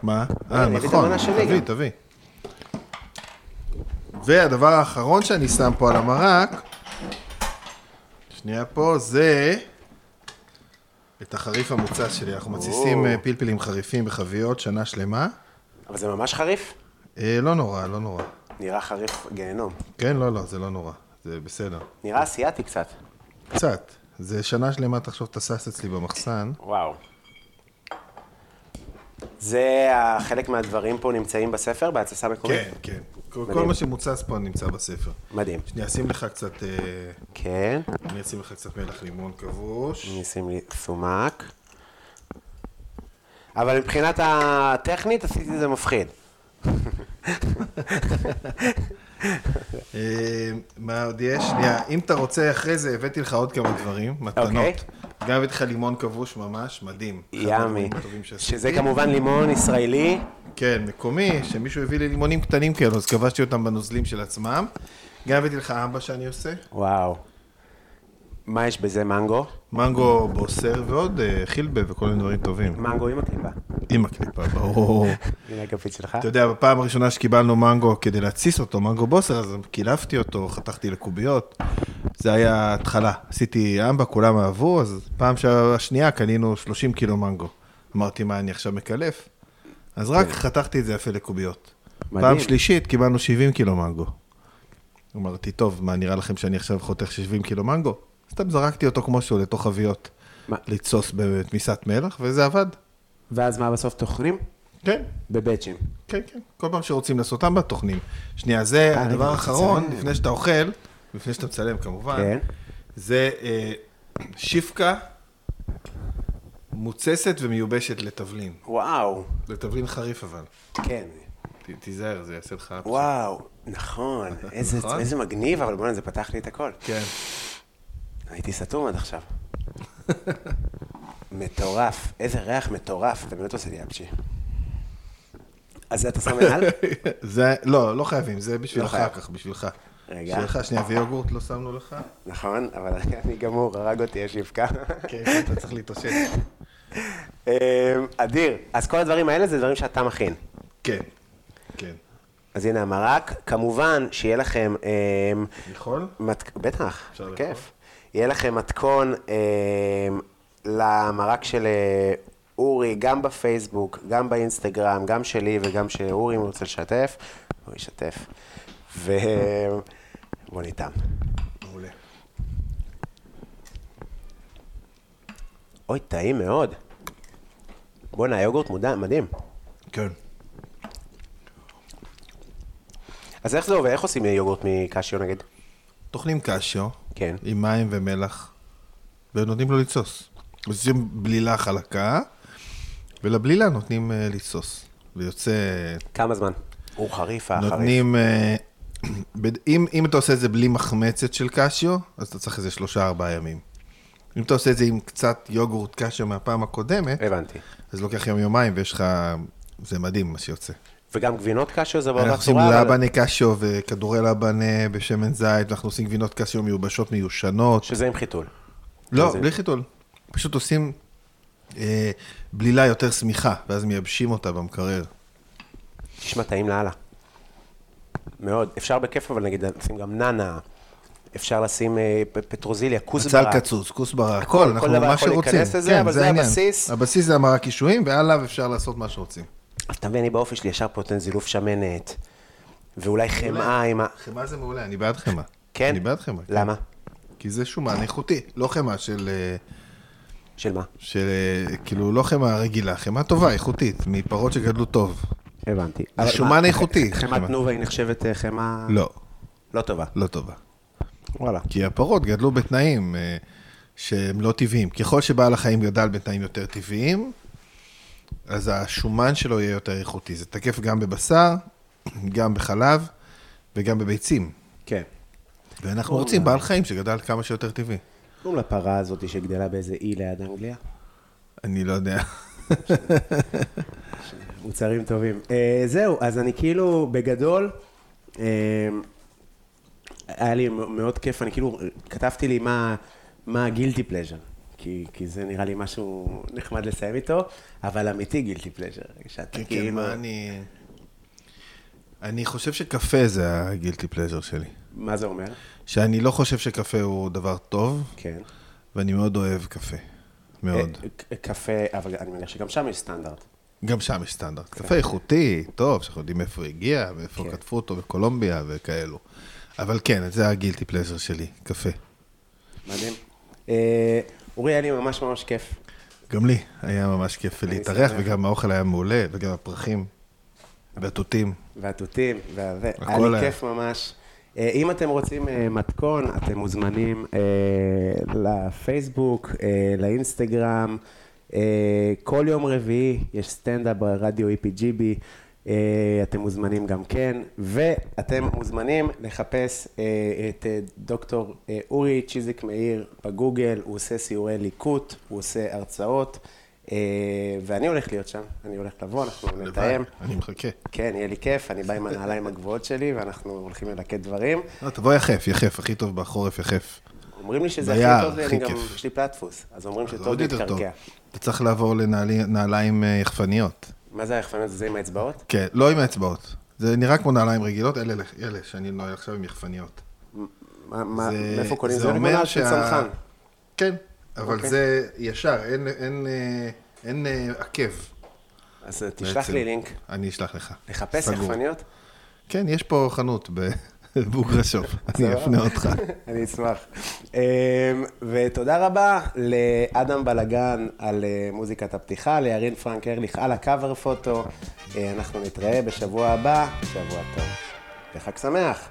S3: מה?
S2: אני
S3: אה,
S2: אביא את
S3: נכון.
S2: המנה שלי
S3: תביא,
S2: גם.
S3: תביא. והדבר האחרון שאני שם פה על המרק, שנייה פה, זה את החריף המוצץ שלי. אנחנו מתסיסים אה, פלפלים חריפים בחביות שנה שלמה.
S2: אבל זה ממש חריף?
S3: אה, לא נורא, לא נורא.
S2: נראה חריף גיהנום.
S3: כן, לא, לא, זה לא נורא. זה בסדר.
S2: נראה אסיאתי קצת.
S3: קצת. זה שנה שלמה, תחשוב, טסס אצלי במחסן.
S2: וואו. זה ה- חלק מהדברים פה נמצאים בספר, בהתססה מקומית?
S3: כן, כן. כל- כל
S2: מדהים.
S3: מה שמוצץ פה נמצא בספר.
S2: מדהים.
S3: שנייה, אשים לך קצת, אה,
S2: כן,
S3: אני אשים לך קצת מלח לימון כבוש.
S2: אני אשים לי סומק. אבל מבחינת הטכנית עשיתי את זה מפחיד.
S3: אה, מה עוד יש? שנייה, אם אתה רוצה, אחרי זה הבאתי לך עוד כמה דברים, מתנות.
S2: אוקיי.
S3: גם הבאתי לך לימון כבוש ממש, מדהים. אחד
S2: ימי.
S3: הדברים הטובים שעשיתי.
S2: שזה כמובן לימון ישראלי.
S3: כן, מקומי, שמישהו הביא לי לימונים קטנים כאלו, אז כבשתי אותם בנוזלים של עצמם. גם הבאתי לך אמבה שאני עושה,
S2: וואו. מה יש בזה מנגו?
S3: מנגו בוסר ועוד אה, חילבה וכל מיני דברים טובים.
S2: מנגו עם הקליפה.
S3: עם הקליפה, ברור.
S2: הנה הכפית שלך.
S3: אתה יודע, בפעם הראשונה שקיבלנו מנגו כדי להתסיס אותו, מנגו בוסר, אז קילפתי אותו, חתכתי לקוביות. זה היה התחלה. עשיתי אמבה, כולם אהבו, אז פעם שה- השנייה קנינו 30 קילו מנגו. אמרתי, מה, אני עכשיו מקלף? אז רק חתכתי את זה יפה לקוביות.
S2: כן. מדהים.
S3: פעם שלישית קיבלנו 70 קילו מנגו. אמרתי, טוב, מה, נראה לכם שאני עכשיו חותך 70 קילו מנגו? סתם זרקתי אותו כמו שהוא לתוך חביות.
S2: מה?
S3: לתסוס בתמיסת מלח, וזה עבד.
S2: ואז מה בסוף תוכנים?
S3: כן.
S2: בבצ'ים.
S3: כן, כן. כל פעם שרוצים לעשות אמבה, תוכנים. שנייה, זה
S2: אה, רגע,
S3: הדבר
S2: אתה
S3: האחרון,
S2: מצלם.
S3: לפני שאתה אוכל, לפני שאתה מצלם כמובן,
S2: כן.
S3: זה אה, שיפקה מוצסת ומיובשת לתבלין.
S2: וואו.
S3: לתבלין חריף אבל.
S2: כן.
S3: ת- תיזהר, זה יעשה לך...
S2: וואו. נכון. איזה-
S3: נכון?
S2: איזה מגניב, אבל בוא'נה, זה פתח לי את הכל.
S3: כן.
S2: הייתי סתום עד עכשיו. מטורף, איזה ריח מטורף, אתה באמת עושה לי אפצ'י. אז אתה שם מעל?
S3: זה, לא, לא חייבים, זה בשביל
S2: לא
S3: אחר
S2: חייב.
S3: כך, בשבילך.
S2: רגע.
S3: בשבילך, שנייה, ויוגורט לא שמנו לך?
S2: נכון, אבל אני גמור, הרג אותי, יש לי אבקה.
S3: כן, כן, אתה צריך להתאושש.
S2: אמ, אדיר, אז כל הדברים האלה זה דברים שאתה מכין.
S3: כן, כן.
S2: אז הנה המרק, כמובן שיהיה לכם... אמ,
S3: יכול?
S2: מת... בטח,
S3: אפשר
S2: כיף. יהיה לכם מתכון אמ, למרק של אה, אורי, גם בפייסבוק, גם באינסטגרם, גם שלי וגם שאורי, אם הוא רוצה לשתף, הוא ישתף. ובוא ניתן.
S3: מעולה.
S2: אוי, טעים מאוד. בואנה, היוגורט מודע, מדהים.
S3: כן.
S2: אז איך זה עובד? איך עושים יוגורט מקשיו נגיד?
S3: טוחנים קשיו,
S2: כן.
S3: עם מים ומלח, ונותנים לו לתסוס. עושים בלילה חלקה, ולבלילה נותנים אה, לתסוס. ויוצא,
S2: כמה זמן? הוא חריף, החריף.
S3: נותנים, אה, בד- אם, אם אתה עושה את זה בלי מחמצת של קשיו, אז אתה צריך איזה שלושה ארבעה ימים. אם אתה עושה את זה עם קצת יוגורט קשיו מהפעם הקודמת,
S2: הבנתי.
S3: אז לוקח יום יומיים ויש לך, זה מדהים מה שיוצא.
S2: וגם גבינות קשיו זה
S3: אנחנו
S2: באותה
S3: עושים
S2: צורה, אבל...
S3: לבנה קשיו וכדורי לבנה בשמן זית, אנחנו עושים גבינות קשיו מיובשות מיושנות.
S2: שזה עם חיתול.
S3: לא,
S2: כזה.
S3: בלי חיתול. פשוט עושים אה, בלילה יותר שמיכה, ואז מייבשים אותה במקרר.
S2: נשמע טעים לאללה. מאוד. אפשר בכיף, אבל נגיד לשים גם נאנה, אפשר לשים אה, פ- פטרוזיליה, כוסברה.
S3: צל קצוץ, כוסברה, הכל, אנחנו
S2: כל דבר
S3: מה
S2: יכול
S3: שרוצים. כן,
S2: להיכנס לזה, אבל זה
S3: העניין.
S2: הבסיס.
S3: הבסיס זה המרק קישואים, ועליו אפשר לעשות מה שרוצים.
S2: אז אתה מבין, אני באופי שלי ישר פה נותן זילוף שמנת, ואולי חמאה עם ה...
S3: חמאה זה מעולה, אני בעד חמאה.
S2: כן?
S3: אני בעד חמאה. כן.
S2: למה?
S3: כי זה שומן איכותי, לא חמאה של, אה,
S2: של מה?
S3: של, אה, כאילו, לא חמאה רגילה, חמאה טובה, איכותית, מפרות שגדלו טוב.
S2: הבנתי.
S3: זה שומן איכותי. חמאה.
S2: חמאת תנובה היא נחשבת אה, חמאה...
S3: לא,
S2: לא טובה.
S3: לא טובה.
S2: וואלה.
S3: כי הפרות גדלו בתנאים אה, שהם לא טבעיים. ככל שבעל החיים גדל בתנאים יותר טבעיים, אז השומן שלו יהיה יותר איכותי. זה תקף גם בבשר, גם בחלב וגם בביצים.
S2: כן.
S3: ואנחנו
S2: אה.
S3: רוצים בעל חיים שגדל כמה שיותר טבעי.
S2: קוראים לפרה הזאת שגדלה באיזה אי ליד אנגליה.
S3: אני לא יודע.
S2: מוצרים טובים. אה, זהו, אז אני כאילו, בגדול, אה, היה לי מ- מאוד כיף, אני כאילו, כתבתי לי מה, מה הגילטי פלז'ר, כי, כי זה נראה לי משהו נחמד לסיים איתו, אבל אמיתי גילטי פלז'ר, שאתה
S3: כן, כן,
S2: כאילו,
S3: מה אני... אני חושב שקפה זה הגילטי פלז'ר שלי.
S2: מה זה אומר?
S3: שאני לא חושב שקפה הוא דבר טוב,
S2: כן.
S3: ואני מאוד אוהב קפה. מאוד.
S2: אה, ק- קפה, אבל אני מניח שגם שם יש סטנדרט.
S3: גם שם יש סטנדרט. קפה איכותי, טוב, שאנחנו יודעים מאיפה הוא הגיע, מאיפה
S2: כן.
S3: כתבו אותו בקולומביה וכאלו. אבל כן, זה הגילטי פלז'ר שלי, קפה.
S2: מדהים. אה, אורי, היה לי ממש ממש כיף.
S3: גם לי היה ממש כיף להתארח,
S2: שמח.
S3: וגם האוכל היה מעולה, וגם הפרחים, והתותים.
S2: והתותים, והזה, היה
S3: הכל
S2: לי
S3: היה.
S2: כיף ממש. אה, אם אתם רוצים אה, מתכון, אתם מוזמנים אה, לפייסבוק, אה, E לאינסטגרם. אה, כל יום רביעי יש סטנדאפ ברדיו EPGB. אה, אתם מוזמנים גם כן, ואתם מוזמנים לחפש אה, את אה, דוקטור אה, אורי צ'יזיק מאיר בגוגל, הוא עושה סיורי ליקוט, הוא עושה הרצאות, אה, ואני הולך להיות שם, אני הולך לבוא, אנחנו נתאם.
S3: אני מחכה.
S2: כן, יהיה לי כיף, אני בא עם הנעליים הגבוהות שלי, ואנחנו הולכים ללקט דברים.
S3: לא, תבוא יחף, יחף, הכי טוב בחורף יחף.
S2: אומרים לי שזה
S3: ביער,
S2: הכי טוב,
S3: הכי
S2: אני גם,
S3: כיף.
S2: יש לי פלטפוס, אז אומרים
S3: אז לא
S2: שטוב
S3: עוד יותר טוב.
S2: להתקרקע.
S3: אתה צריך לעבור לנעליים יחפניות.
S2: מה זה היחפנות הזה עם האצבעות?
S3: כן, לא עם האצבעות. זה נראה כמו נעליים רגילות, אלה, אלה שאני נועל עכשיו עם יחפניות.
S2: מה- מה-
S3: זה-
S2: מאיפה קונים?
S3: זה
S2: זה
S3: אומר
S2: לימונד של
S3: שה-
S2: צנחן.
S3: כן, אבל
S2: אוקיי.
S3: זה ישר, אין- אין, אה, אין אה, עקב.
S2: אז אה, תשלח
S3: בעצם.
S2: לי לינק,
S3: אני אשלח לך.
S2: לחפש
S3: סגור.
S2: יחפניות.
S3: כן, יש פה חנות בבוגרשוב, אני
S2: סבבה.
S3: אפנה אותך.
S2: אני אשמח. אמ, ותודה רבה לאדם בלגן על אה, מוזיקת הפתיחה, לירין פרנק ארליך על הקאבר פוטו. אה, אנחנו נתראה בשבוע הבא, שבוע טוב. וחג שמח.